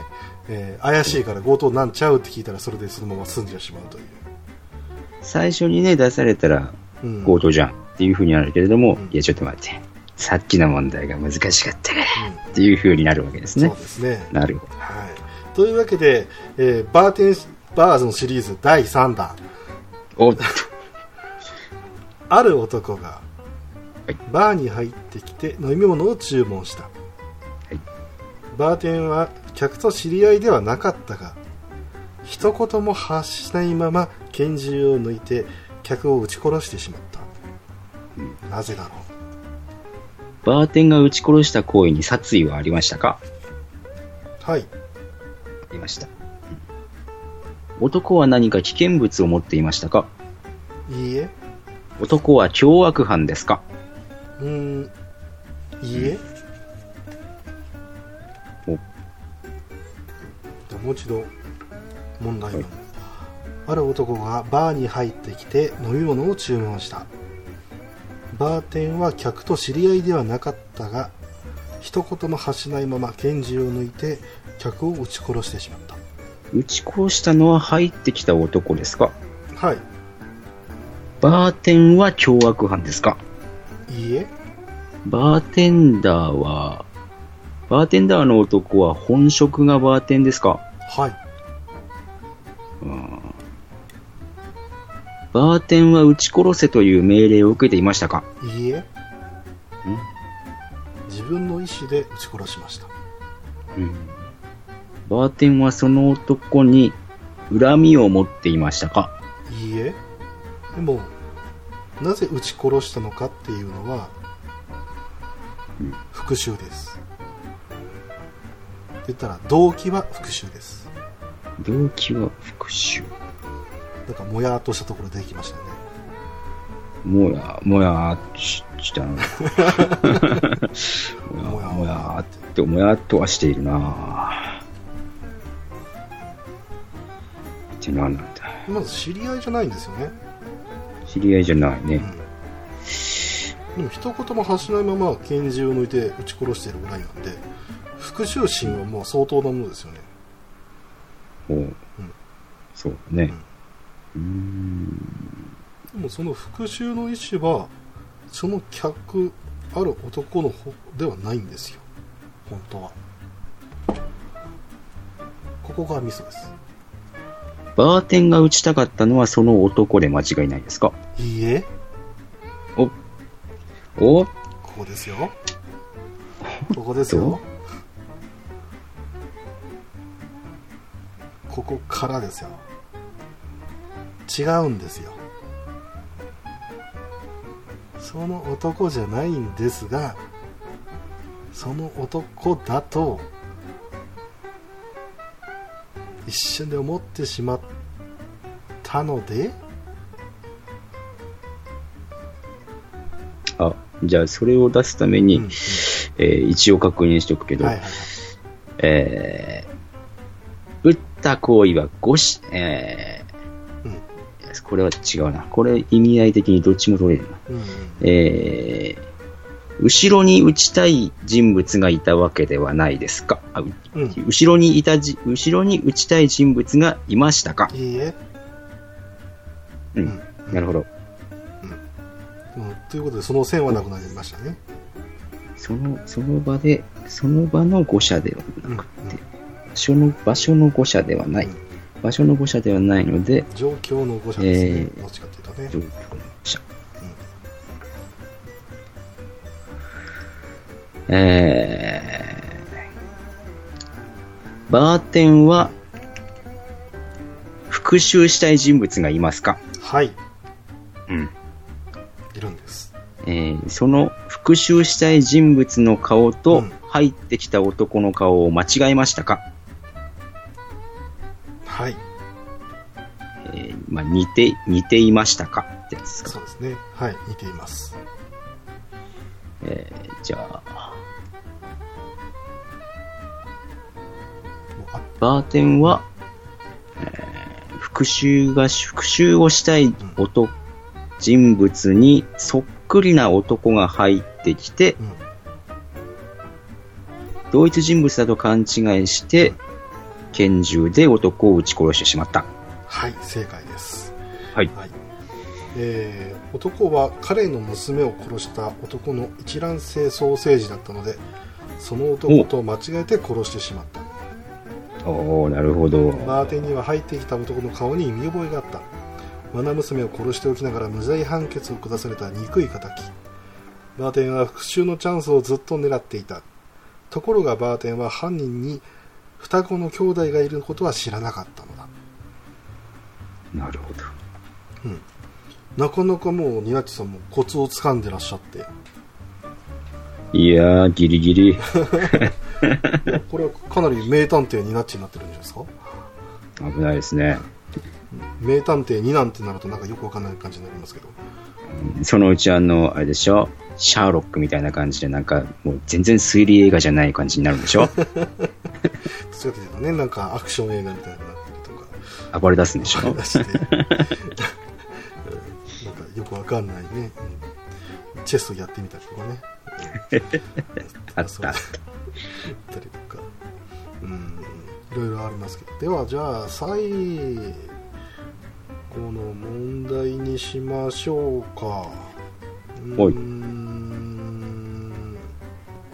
えー怪しいから強盗なんちゃうって聞いたらそれでそのまま済んじゃしまうという、最初にね、出されたらうん強盗じゃんっていう風になるけれども、うんいや、ちょっと待って。さっきの問題が難しかったからうっていう風になるわけですんねそう。ですねなるほど。はい、というわけで、えーバーテンバーズのシリーズ第3弾おっと。ある男がはいバーに入ってきて飲み物を注文した、いバーテンは客と知り合いではなかったが一言も発しないまま拳銃を抜いて客を撃ち殺してしまった、なぜだろバーテンが撃ち殺した行為に殺意はありましたかうはいありました。うん男は何か危険物を持っていましたかいいえ男は凶悪犯ですかうーんいいえ、おじゃあもう一度問題文、ある男がバーに入ってきて飲み物を注文したバーテンは客と知り合いではなかったが一言も発しないまま拳銃を抜いて客を撃ち殺してしまった撃ち殺したのは入ってきた男ですかはいバーテンは凶悪犯ですかいいえバーテンダーは、バーテンダーの男は本職がバーテンですかはいバーテンは撃ち殺せという命令を受けていましたかいいえ自分の意思で撃ち殺しましたバーテンはその男に恨みを持っていましたかいいえでもなぜ撃ち殺したのかっていうのは復讐ですって言ったら動機は復讐です動機は復讐。なんかもやーっとしたところでできましたねもや、もやーっとししたな。もや、もやーっと、もやっとはしているなってなんなんだ。まず知り合いじゃないんですよね、知り合いじゃないね。うん、でも一言も発しないまま拳銃を抜いて撃ち殺しているぐらいなんで復讐心はもう相当なものですよねおうそうだね。うーん。でもその復讐の意思はその客ある男の方ではないんですよ本当はここがミスですバーテンが打ちたかったのはその男で間違いないですかいいえお、お、ここですよここですよここからですよ違うんですよその男じゃないんですがその男だと一瞬で思ってしまったのであ、じゃあそれを出すために、うんうんえー一応確認しておくけど、はいはいはいえー打った行為は誤し、えーうんこれは違うな。これ意味合い的にどっちも取れるな。うんうんえー後ろに打ちたい人物がいたわけではないですかあううん後ろにいたじ、後ろに打ちたい人物がいましたかいいえうんうんなるほど。うん、ということでその線はなくなりましたね、その、その場で、その場の誤射ではうんなく、場所の、場所の誤射ではない。場所の誤射ではないので、状況の誤射ですね、えーどっちかというとね状況の誤射。えー、バーテンは復讐したい人物がいますかはいうん。いるんですえーその復讐したい人物の顔うとん入ってきた男の顔を間違えましたか、はいえーまあ、似て、似ていましたかってやつですか。そうですねはい似ていますえーじゃあ、もうあバーテンは、えー復讐が、復讐をしたい男、人物にそっくりな男が入ってきて、うん同一人物だと勘違いして、拳銃で男を撃ち殺してしまった。はい正解ですはいえー男は彼の娘を殺した男の一卵性ソーセージだったのでその男と間違えて殺してしまったおおなるほど。バーテンには入ってきた男の顔に見覚えがあったマナ娘を殺しておきながら無罪判決を下された憎い敵バーテンは復讐のチャンスをずっと狙っていたところがバーテンは犯人に双子の兄弟がいることは知らなかったのだなるほど。なかなかもうニナッチさんもコツをつかんでらっしゃっていやー、ギリギリ。これはかなり名探偵ニナッチになってるんじゃないですか危ないですね。名探偵ニナンってなるとなんかよくわかんない感じになりますけどそのうちあの、あれでしょシャーロックみたいな感じで、なんか、もう全然推理映画じゃない感じになるんで *laughs* しょそういうことでねなんかアクション映画みたいになってるとか暴れ出すんでしょ出して、 *laughs* なんかよくわかんないね、うんチェスをやってみたりとかね、あっそうた。やったりとか、うん、いろいろありますけど、では、じゃあ、最後の問題にしましょうか。おいうん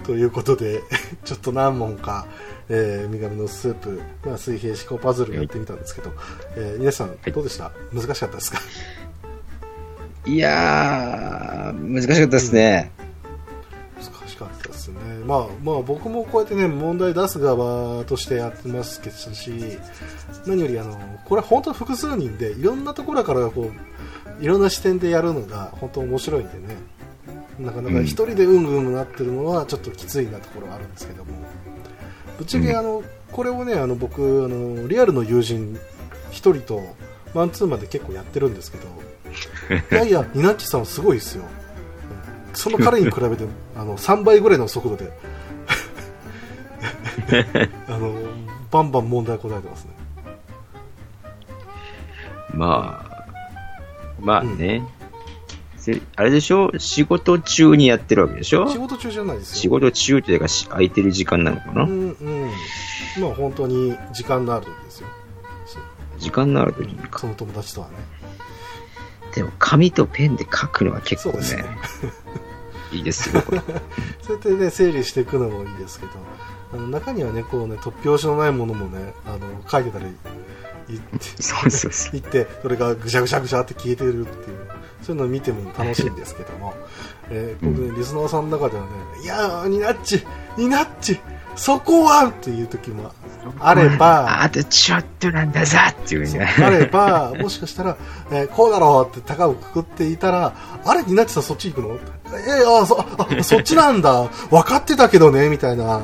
ということで、 *laughs* ちょっと何問か、えー、ガミのスープ、まあ、水平思考パズルやってみたんですけど、えー皆さん、いどうでした、難しかったですかいやー、難しかったですね。難しかったですね、まあ、まあ僕もこうやってね問題出す側としてやってますけどし何よりあのこれは本当複数人でいろんなところからこういろんな視点でやるのが本当面白いんでねなかなか一人でうんうんなってるのはちょっときついなところはあるんですけどもぶっちゃけうんあのこれをねあの僕あのリアルの友人一人とマンツーマンで結構やってるんですけどいやいやニナッチさんすごいですよその彼に比べて *laughs* あの3倍ぐらいの速度で *laughs* あのバンバン問題答えてますねまあ、まあうんね。せあれでしょ仕事中にやってるわけでしょ仕事中じゃないですよ仕事中というか、し空いてる時間なのかな、うんうんまあ本当に時間のある時ですよ時間のある時にそか。の友達とはねでも、紙とペンで書くのは結そう構ですねね、 *laughs* いいです *laughs* よ。これそうやってね整理していくのもいいですけどあの中にはねこうね突拍子のないものもねあの書いてたり言ってそうそうそう。行ってそれがぐしゃぐしゃぐしゃって消えてるっていうそういうのを見ても楽しいんですけども、 *laughs* えー僕ねリスナーさんの中ではね「いやーニナッチニナッチそこは!」っていう時もあればあとちょっとなんだぞっていうそうね。 *laughs* あれば、もしかしたら、えーこうだろうって高をくくっていたら、あれ、ニナッチさんそっち行くのえー、あそ *laughs* あ、そっちなんだ。分かってたけどね、みたいな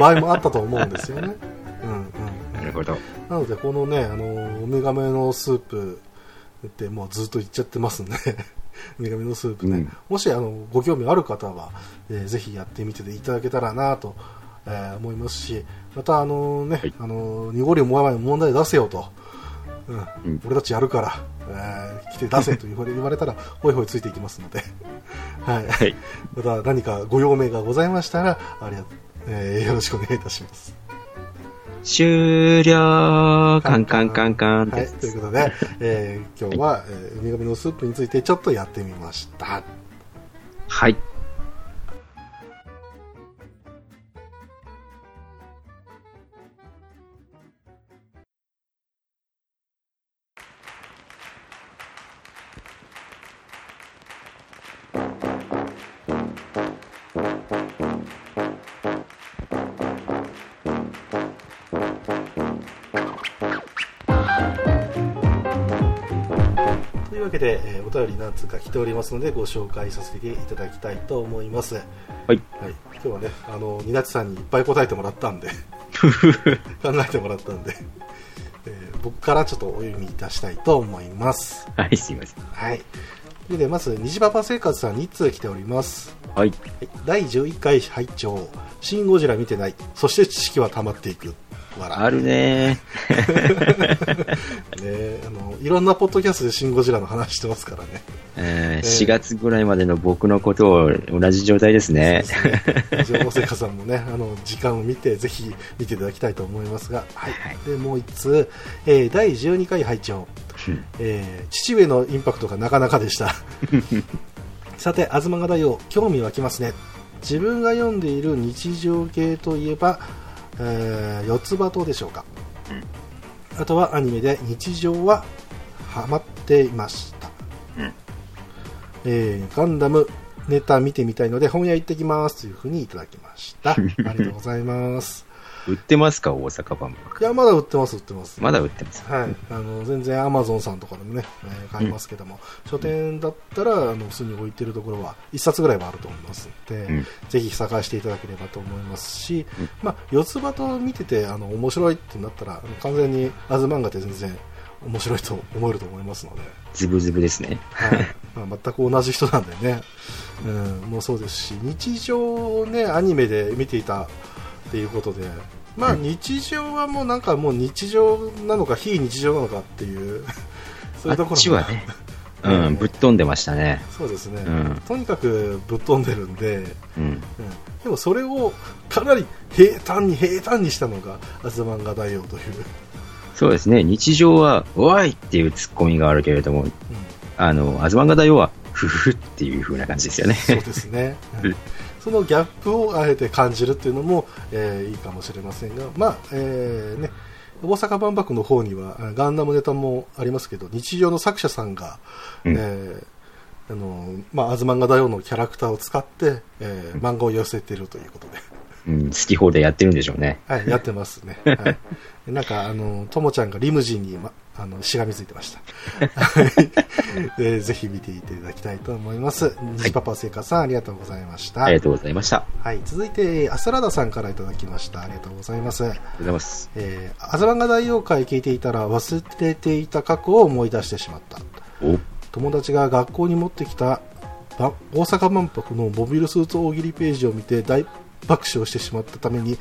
場合もあったと思うんですよね。うんうん。なるほど。なので、このね、あの、ウミガメのスープってもうずっと言っちゃってますんで、 *laughs* ウミガメのスープね、うんもしあのご興味ある方は、えーぜひやってみていただけたらなと、えー思いますし、またあのね、はいあの濁りも前に問題出せよと、うんうん俺たちやるから、えー来て出せと言われ *laughs* 言われたら、ほいほいついていきますので、 *laughs* はい、はい。また何かご用命がございましたら、ありがえーよろしくお願いいたします。終了カンカンカンカンっはてい、やつということで、えー今日は、えーウミガメのスープについてちょっとやってみました。はい。 「というわけで、えーお便り何通か来ておりますのでご紹介させていただきたいと思います、はいはい。今日はねあの二月さんにいっぱい答えてもらったん *laughs* で考えてもらったんで、えー僕からちょっとお読みいたしたいと思いますはい、すいません。はいというわけでまず虹パパ生活さん2通来ておりますはい。はい第11回拝聴シン・ゴジラ見てないそして知識は溜まっていく笑あるねね、あのいろんなポッドキャストで「シン・ゴジラ」の話してますからねえー4月ぐらいまでの僕のことを同じ状態ですね。情報生活さんもねあの時間を見てぜひ見ていただきたいと思いますが、はいはいでもう1通、えー第12回拝聴、うんえー父上のインパクトがなかなかでした *laughs* さて「東がだよ興味湧きますね」自分が読んでいる日常系といえば、えー四つ葉とでしょうか、あとはアニメで日常はハマっていました、うんえーガンダムネタ見てみたいので本屋行ってきますというふうにいただきました *laughs* ありがとうございます *laughs* 売ってますか、大阪万い博。やまだ売ってます売ってますまだ売ってます。はい、あの全然アマゾンさんとかでもね、えー買いますけども、書店だったらあの普通に置いてるところは1冊ぐらいはあると思いますので、うんぜひ探していただければと思いますし、うんまあ、四つ葉と見ててあの面白いってなったらあの完全にアズ漫画って全然面白いと思えると思いますので、ズブズブですね。はいまあ、全く同じ人なんでね、うん、もうそうですし日常をねアニメで見ていたっていうことで、まあ、うん日常はもうなんかもう日常なのか非日常なのかっていう *laughs* そういうところがあっちは *laughs* ね、うん、ぶっ飛んでましたね。そうですね、うんとにかくぶっ飛んでるんで、うん、うん。でもそれをかなり平坦に平坦にしたのが「アズマンガ大王」という、そうですね、日常は、おいっていうツッコミがあるけれども、うんあの、アズマンガ大王は、ふふふっていう風な感じですよね。そうですね、うんうんそのギャップをあえて感じるっていうのも、えーいいかもしれませんが、まあえーね、大阪万博の方にはあガンダムネタもありますけど日常の作者さんが、うんえーあのまあ、アズマンガ大王のキャラクターを使って、えー漫画を寄せてるということで、 *laughs* うん、好き放題やってるんでしょうね。 *laughs* はい、やってますね。はい、なんか、あの、ともちゃんがリムジンに、ま、あの、しがみついてました。 *laughs* はいでぜひ見ていただきたいと思います。西パパ生活さん、ありがとうございました。ありがとうございました。ありはい、続いて、アスラダさんからいただきました。ありがとうございます。がとうございます。えー、アズランガ大王会聞いていたら忘れていた過去を思い出してしまった。お、友達が学校に持ってきたば大阪万博のモビルスーツ大喜利ページを見て大爆笑してしまったために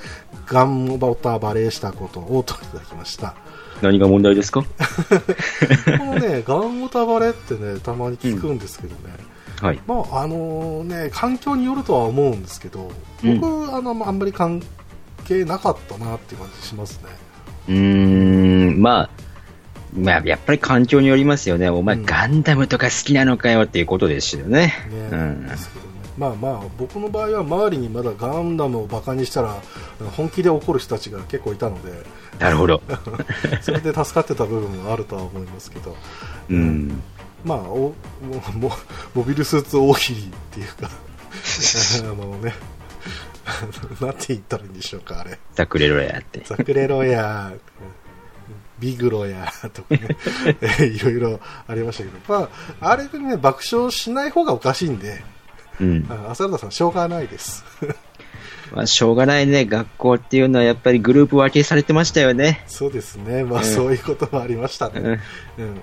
ガンボタバレーしたことをといただきました何が問題です *laughs* かこのねガンボタバレーってねたまに聞くんですけどね、はい。まああのね環境によるとは思うんですけどうん僕、あのまああんまり関係なかったなっていう感じしますね *laughs* うーん、まあ、まあ、やっぱり環境によりますよね。お前、うんガンダムとか好きなのかよっていうことですよね。ねうんで。すけどねまあまあ僕の場合は周りにまだガンダムをバカにしたら本気で怒る人たちが結構いたのでなる *laughs* ほど。それで助かってた部分もあるとは思いますけど、うん。まあ、おももモビルスーツ大喜利っていう *laughs* か、あのね、 *laughs* なんて言ったらいいんでしょうか、あれ、ザクレロやって。ザクレロや、ビグロやとかね、えーいろいろありましたけど、まあ、あれでね、爆笑しない方がおかしいんで、うん。あ浅田さん、しょうがないです。まあ、しょうがないね。学校っていうのはやっぱりグループ分けされてましたよね。そうですね、まあ、うんそういうこともありましたね。うん。うんうんうん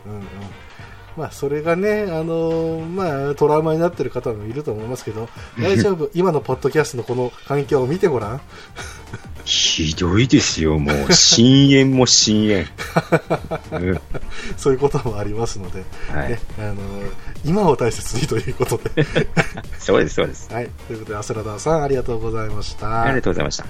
まあ、それがね、あのーまあ、トラウマになってる方もいると思いますけど、大丈夫、今のポッドキャストのこの環境を見てごらん。ひどいですよ、も *laughs* う。深淵も深淵。うんそういうこともありますので、はいね。あのー今を大切にということで。そうです、そうです。はい、ということで、アスラダーさん、ありがとうございました。ありはがいとうございました。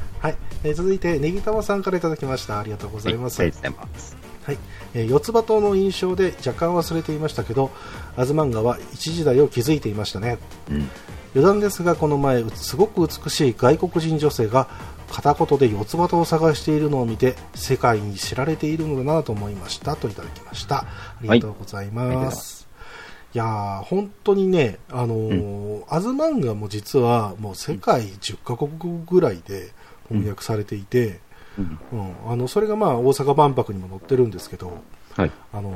えー続いて、ネギタマさんからいただきました。ありがとうございます。はいありがとうございます。はい、えー四つ葉島の印象で若干忘れていましたけど、アズマンガは一時代を築いていましたね。うん。余談ですがこの前すごく美しい外国人女性が片言で四つ葉を探しているのを見て世界に知られているのだなと思いましたといただきましたありがとうございありがとうござま、いますい、やー本当にねあのーアズマンガも実はもう世界10カ国ぐらいで翻訳されていて、うんうんあのそれがまあ大阪万博にも載ってるんですけど、はい。あの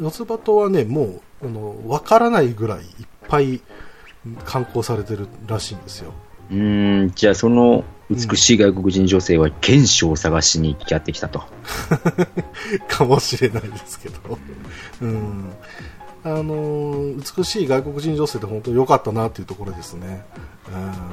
ー、四つ葉島はね、もう、あの、わからないぐらいいっぱい観光されてるらしいんですよ。 *laughs* うーん、じゃあその美しい外国人女性は現象を探しにやってきたと。かもしれないですけど。 *laughs* うん。あのー美しい外国人女性って本当良かったなっていうところですね。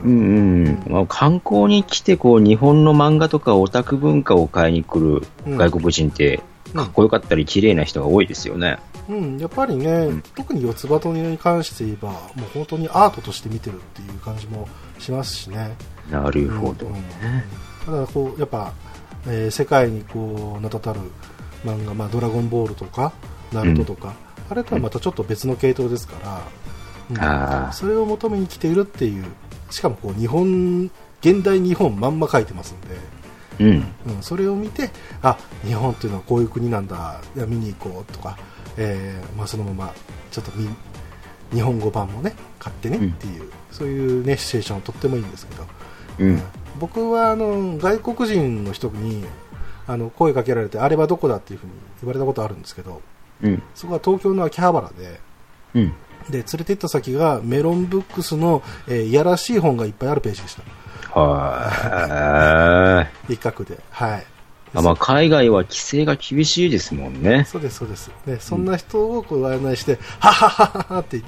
う。うんんうん。まあ、観光に来てこう日本の漫画とかオタク文化を買いに来る外国人ってうんかっこよかったり綺麗な人が多いですよね。うん、やっぱりね、特に四つ葉とに関して言えば、もう本当にアートとして見てるっていう感じもしますしね。なるほどうん。ただこうやっぱ、えー世界にこう名だたる漫画、まあ、ドラゴンボールとか、ナルトとか、あれとはまたちょっと別の系統ですから、うあん、あ、それを求めに来ているっていう、しかもこう日本、現代日本まんま書いてますんで、うん。うん、それを見て、あ日本っていうのはこういう国なんだ、いや見に行こうとか、えーまあ、そのままちょっと見日本語版もね買ってねうっんていう、そういう、ね、シチュエーションとってもいいんですけど。うん。僕はあの外国人の人にあの声かけられてあれはどこだっていうふうに言われたことあるんですけどうん。そこは東京の秋葉原でうん。で連れて行った先がメロンブックスの、えーいやらしい本がいっぱいあるページでしたはーい。一角ではいあまあ、海外は規制が厳しいですもんね。そうですそうですでそんな人をこう案内してはははははって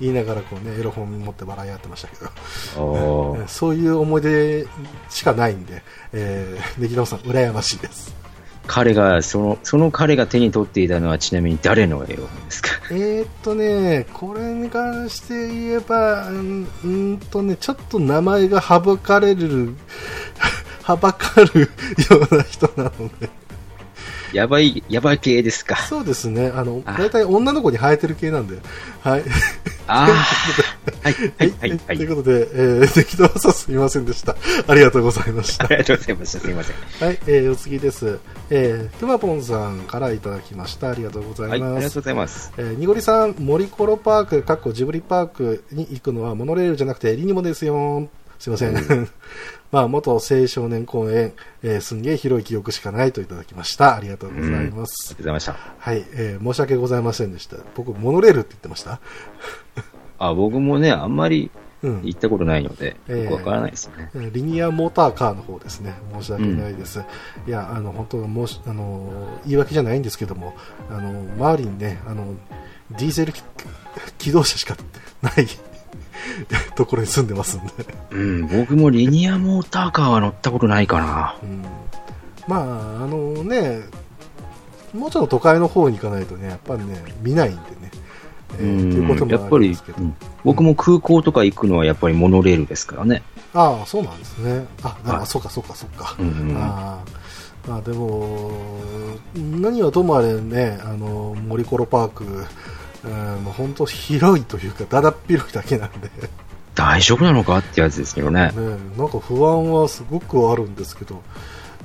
言いながらこうねエロ本持って笑い合ってましたけどあーそういう思い出しかないんで、えー、ネギさん羨ましいです彼が、その、その彼が手に取っていたのはちなみに誰の絵をですかえーっとね、これに関して言えば、うんうーんとね、ちょっと名前が省かれる、 *laughs* はばかるような人なの *laughs* で、やばい、やばい系ですか。そうですね、あの、あ大体女の子に生えてる系なんで、はい。 *laughs* ああ。はい、はい、はい、はといい。うことで、えー、適当さすみませんでした。 *laughs* ありがとうございました *laughs* あ。りがとうございました。すいません。はい、えー、お次です。えー、くまぽんさんからいただきました。ありがとうござはいい、あまりがとうすご。ざいます。えー、にごりさん、森コロパーク、かっこジブリパークに行くのはモノレールじゃなくてリニモですよ。すいません。 *laughs* まあ、元青少年公園、えーすんげえ広い記憶しかないといただきました。ありがとうございまありがとす。うございました。はい、えー申し訳ございませんでした。僕、モノレールって言ってましたあ、僕もね、あんまりうん。行ったことないので、ええよくわからないですね。えーリニアモーターカーの方ですね。申し訳ないです。いや、あの、本当申し、あのー、言い訳じゃないんですけども、あのー、周りにね、あの、ディーゼ *laughs* ル機動車しかない *laughs* ところに住んでますんで。うん、僕もリニアモーターカーは乗ったことないかな。うんまあ、あのね、もうちょっと都会の方に行かないとね、やっぱりね、見ないんでね。えうーっていうことん、やっもあぱるんりですけ、ど。うん僕も空港とか行くのはやっぱりモノレールですからね。ああ、そうなんですね。あ、あ、はいそうかそうかそうか。うんうんああまあでも、何はともあれね、あの、森コロパーク、うん、もう本当広いというか、だだっ広いだけなんで、ね、大丈夫なのかってやつですけどね。なんか不安はすごくあるんですけど、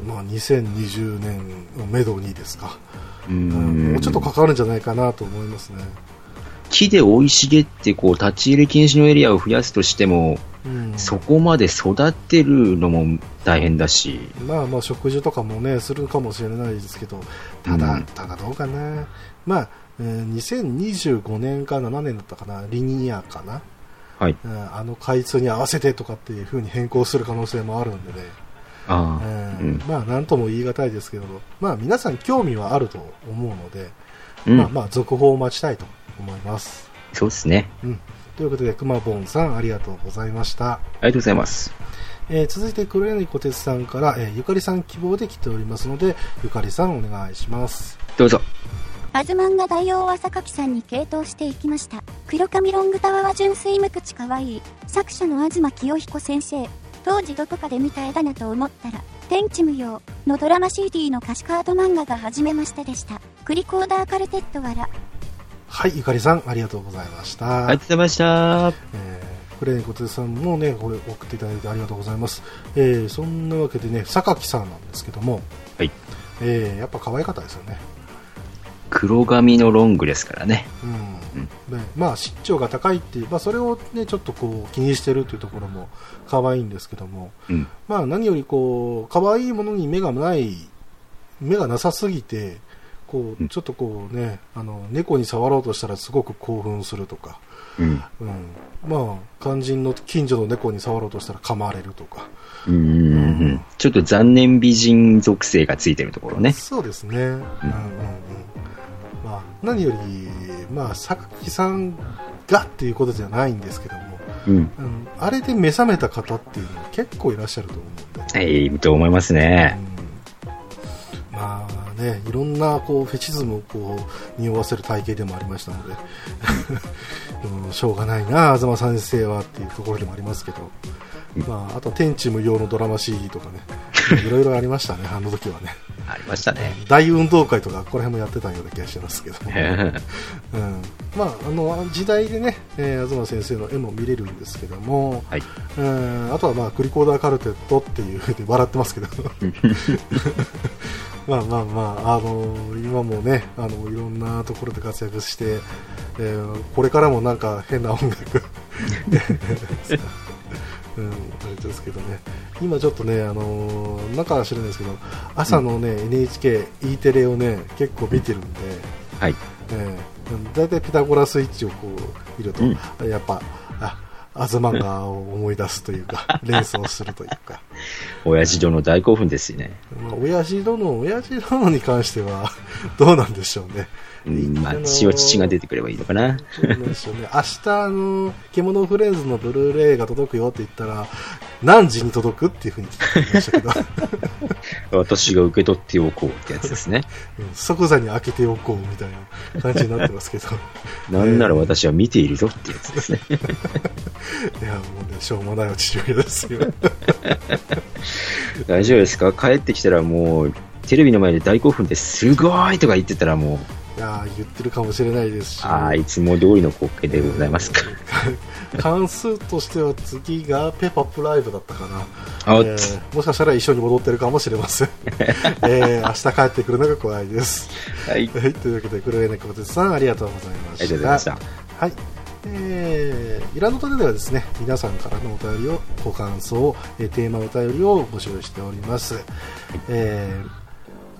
まあ2020年をめどにですか。ううんんもうちょっとかかるんじゃないかなと思いますね。木で生い茂ってこう立ち入り禁止のエリアを増やすとしても、うん、そこまで育てるのも大変だし、まあまあ食事とかもねするかもしれないですけどただ、うんただどうかなまあ、えー2025年か7年だったかなリニアかな、はい。うんあの開通に合わせてとかっていう風に変更する可能性もあるんでね、あうあ、うんん。まあなんとも言い難いですけどまあ皆さん興味はあると思うので、うんまあまあ続報を待ちたいと思います、そうですね。うん、ということでくまぼんさんありがとうございましたありがとうございます。えー続いて黒柳小鉄さんから、えーゆかりさん希望で来ておりますのでゆかりさんお願いしますどうぞ。アズマンが大王は榊さんに傾倒していきました。黒髪ロングタワーは純粋無口可愛い。作者の東清彦先生。当時どこかで見た絵だなと思ったら、天地無用のドラマ CD の歌詞カード漫画が始めましたでした。クリコーダーカルテットわら。はいゆかりさんありがとうございました、ありがとうございました。えー黒柳小鉄さんもねこれ送っていただいてありがとうございます、えーそんなわけでね榊さんなんですけどもはい。えーやっぱ可愛かったですよね黒髪のロングですからね。うん、ねまあ身長が高いっていう、まあ、それをねちょっとこう気にしてるというところも可愛いんですけども、うん。まあ、何よりこう可愛いものに目がない目がなさすぎてこううんちょっとこうねあの猫に触ろうとしたらすごく興奮するとか、うん。うん、まあ肝心の近所の猫に触ろうとしたら噛まれるとかうんうんうんうん。ちょっと残念美人属性がついてるところね。そうですね、うんうんうんまあ、何より、まあ、榊さんがっていうことじゃないんですけども、うん。うん、あれで目覚めた方っていうのは結構いらっしゃると思うんで、はい、と思いますね。うんまあね、いろんなこうフェチズムをこう匂わせる体型でもありましたので、 *laughs* うん、しょうがないな、東先生はっていうところでもありますけど、まあ、あとは天地無用のドラマ CD とかね、いろいろありましたね、あの時はね。ありましたね。 *laughs* 大運動会とか、この辺もやってたような気がしますけど、うんまあ、あの時代でね、えー東先生の絵も見れるんですけども、はい。うんあとは、まあ、クリコーダーカルテットっていうふうに *laughs* 笑ってますけどまあまあまあ、あの今もねあのいろんなところで活躍して、えーこれからもなんか変な音楽うん、あれですけどね今ちょっとね、あのなんかは知らないですけど朝のね、NHKE テレをね結構見てるんで、はい。ええ、だいたいピタゴラスイッチをこう見ると、やっぱ、あ、アズマンガを思い出すというか、 *laughs* 連想するというか、親父殿大興奮ですよね。まあ、親父殿、親父殿に関しては、 *laughs* どうなんでしょうね。うん、まあ、父は父が出てくればいいのかな。どうなんでしょうね。明日、あの、獣フレンズのブルーレイが届くよって言ったら、何時に届くっていうふうに聞きましたけど、 *laughs* 私が受け取っておこうってやつですね。うん即座に開けておこうみたいな感じになってますけど、なんなら私は見ているぞってやつですね。 *laughs* いや、もうね、しょうもないお父親ですよ。大丈夫ですか帰ってきたらもう、テレビの前で大興奮ですすごいとか言ってたらもう、いやー言ってるかもしれないですし、ああ、いつも通りの光景でございますか。 *laughs* 関数としては次がペパプライブだったかな、あえーもしかしたら一緒に戻ってるかもしれま *laughs* せん、えー明日帰ってくるのが怖いです、はい。はい、というわけで黒柳小鉄さんありがとうございましたありがとうございました。はいえー、イラノトレではですね皆さんからのお便りをご感想、えーテーマお便りを募集しております、えー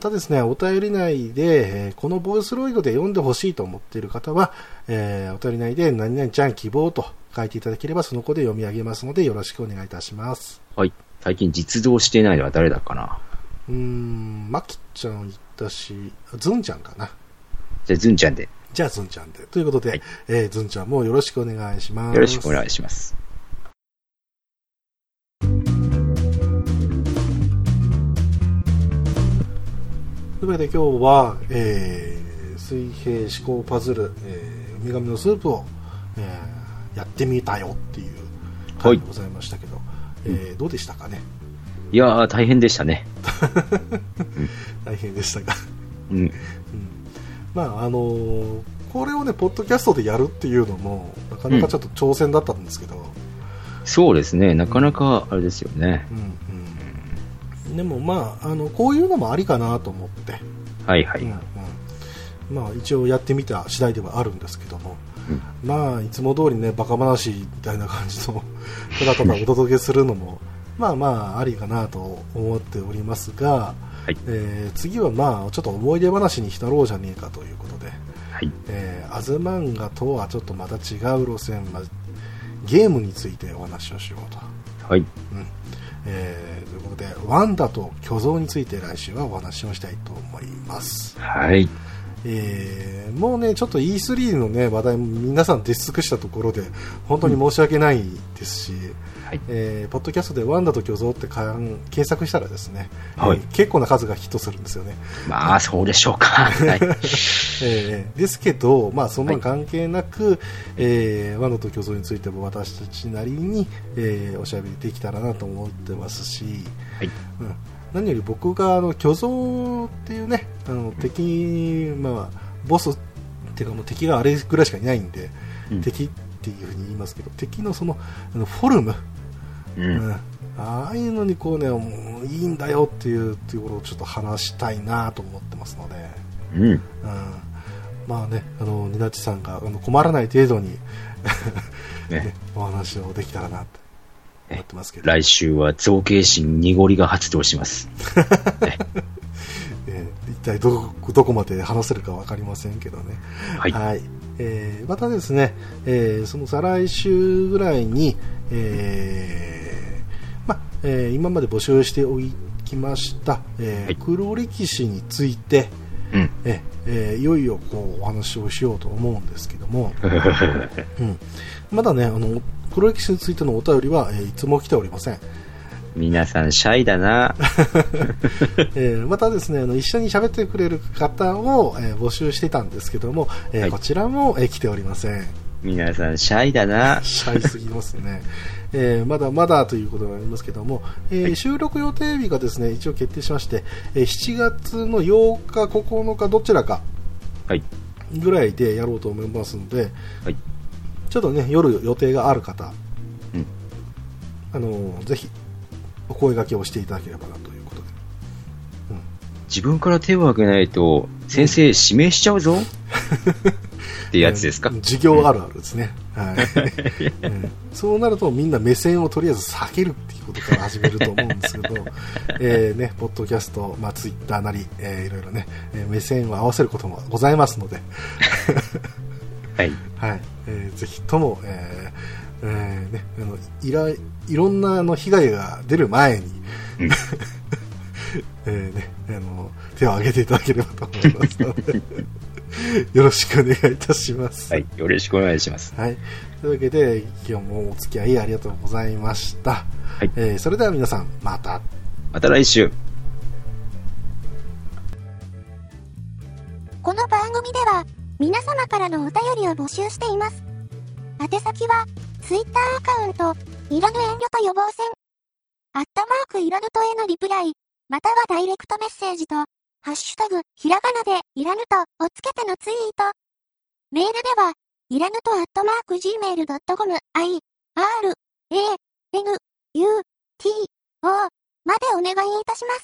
またですね、お便り内で、えーこのボイスロイドで読んでほしいと思っている方は、えーお便り内で何々ちゃん希望と書いていただければその子で読み上げますのでよろしくお願いいたします。はい。最近実動していないのは誰だかな。うーん、まきちゃん言ったし、ずんちゃんかな。じゃあ、ずんちゃんで、よじゃあずんちゃんで。ということで、はいえーずんちゃんもよろしくお願いします。ろしくお願いします。というわけで今日は、えー水平思考パズル、えー、ウミガメのスープを、えーやってみたよっていうはい回でございましたけど、えーどうでしたかねいやー、大変でしたね。大変でしたが、 *laughs* うん。まああのーこれをねポッドキャストでやるっていうのもなかなかちょっと挑戦だったんですけど、そうですね。なかなか、あれですよねう。んうんでもまああのこういうのもありかなと思って、はいはうい。んうんまあ、一応やってみた次第ではあるんですけども、まあいつも通りねバカ話みたいな感じの *laughs* ただただお届けするのもまあまあありかなと思っておりますが、はいえー次はまあちょっと思い出話に浸ろうじゃねえかということで、はい。えー、アズマンガとはちょっとまた違う路線、まあゲームについてお話をしようと。はい。うんえーということでワンダと巨像について来週はお話をしたいと思います、はい。えーもうねちょっと E3 の、ね、話題も皆さん出尽くしたところで本当に申し訳ないですし、はい。えーポッドキャストで「ワンダと巨像」ってかん検索したらですね、はいえー結構な数がヒットするんですよね、まあ、そうでしょうか。 *laughs* はい。えーですけど、まあ、そんなの関係なく、えーワンダと巨像についても私たちなりに、えーおしゃべりできたらなと思ってますし、はい。うん、何より僕があの巨像っていうねあの敵に、まあ、ボスっていうかもう敵があれぐらいしかいないんで、うん敵っていうふうに言いますけど敵のそのあのフォルム、う。うんんああいうのにこうねもういいんだよっていうところをちょっと話したいなと思ってますので、うん。うん、まあねあのニナチさんがあの困らない程度に、ね *laughs* ね、お話をできたらなって思ってますけど。来週は造形神濁りが発動します。えー一体どどこまで話せるか分かりませんけどね。はいえーまたですね、えーその再来週ぐらいに、えーまえー今まで募集しておきました、えーはい黒歴史について、うん。ええーいよいよこうお話をしようと思うんですけども、うん、まだねあの黒歴史についてのお便りは、えーいつも来ておりません、 *laughs* 皆さん、シャイだな。 *laughs* えーまたですねあの一緒に喋ってくれる方を、えー募集していたんですけども、えーはいこちらも、えー来ておりません皆さん、シャイだな。シャイすぎますね、 *laughs* えーまだまだということがありますけども、えー収録予定日がですね一応決定しまして、えー7月の8日9日どちらかはい。ぐらいでやろうと思いますので、はいちょっとね夜予定がある方、うんあのーぜひお声掛けをしていただければなということで自分から手を挙げないと、先生、指名しちゃうぞ。ってやつですかえー授業あるあるですね、はいうんそうなるとみんな目線をとりあえず避けるっていうことから始めると思うんです *laughs* けど、えーね、ポッドキャスト、まあ、ツイッターなり、えーいろいろね、えー目線を合わせることもございますので、はい。はいえーぜひとも、えーえーね、あのいらいろんなあの被害が出る前に、うん *laughs* えーね、あの手を挙げていただければと思いますのでよろしくお願いいたします。はい。よろしくお願いします。はい。というわけで、今日もお付き合いありがとうございました。はいえーそれでは皆さん、また。また来週。この番組では皆様からのお便りを募集しています。宛先は Twitter アカウント、いらぬ遠慮と予防線、アットマークいらぬとへのリプライ、またはダイレクトメッセージと、ハッシュタグ、ひらがなでいらぬとをつけてのツイート。メールでは、いらぬとアットマーク gmail.com、i, r, a, n, u, t, o までお願いいたします。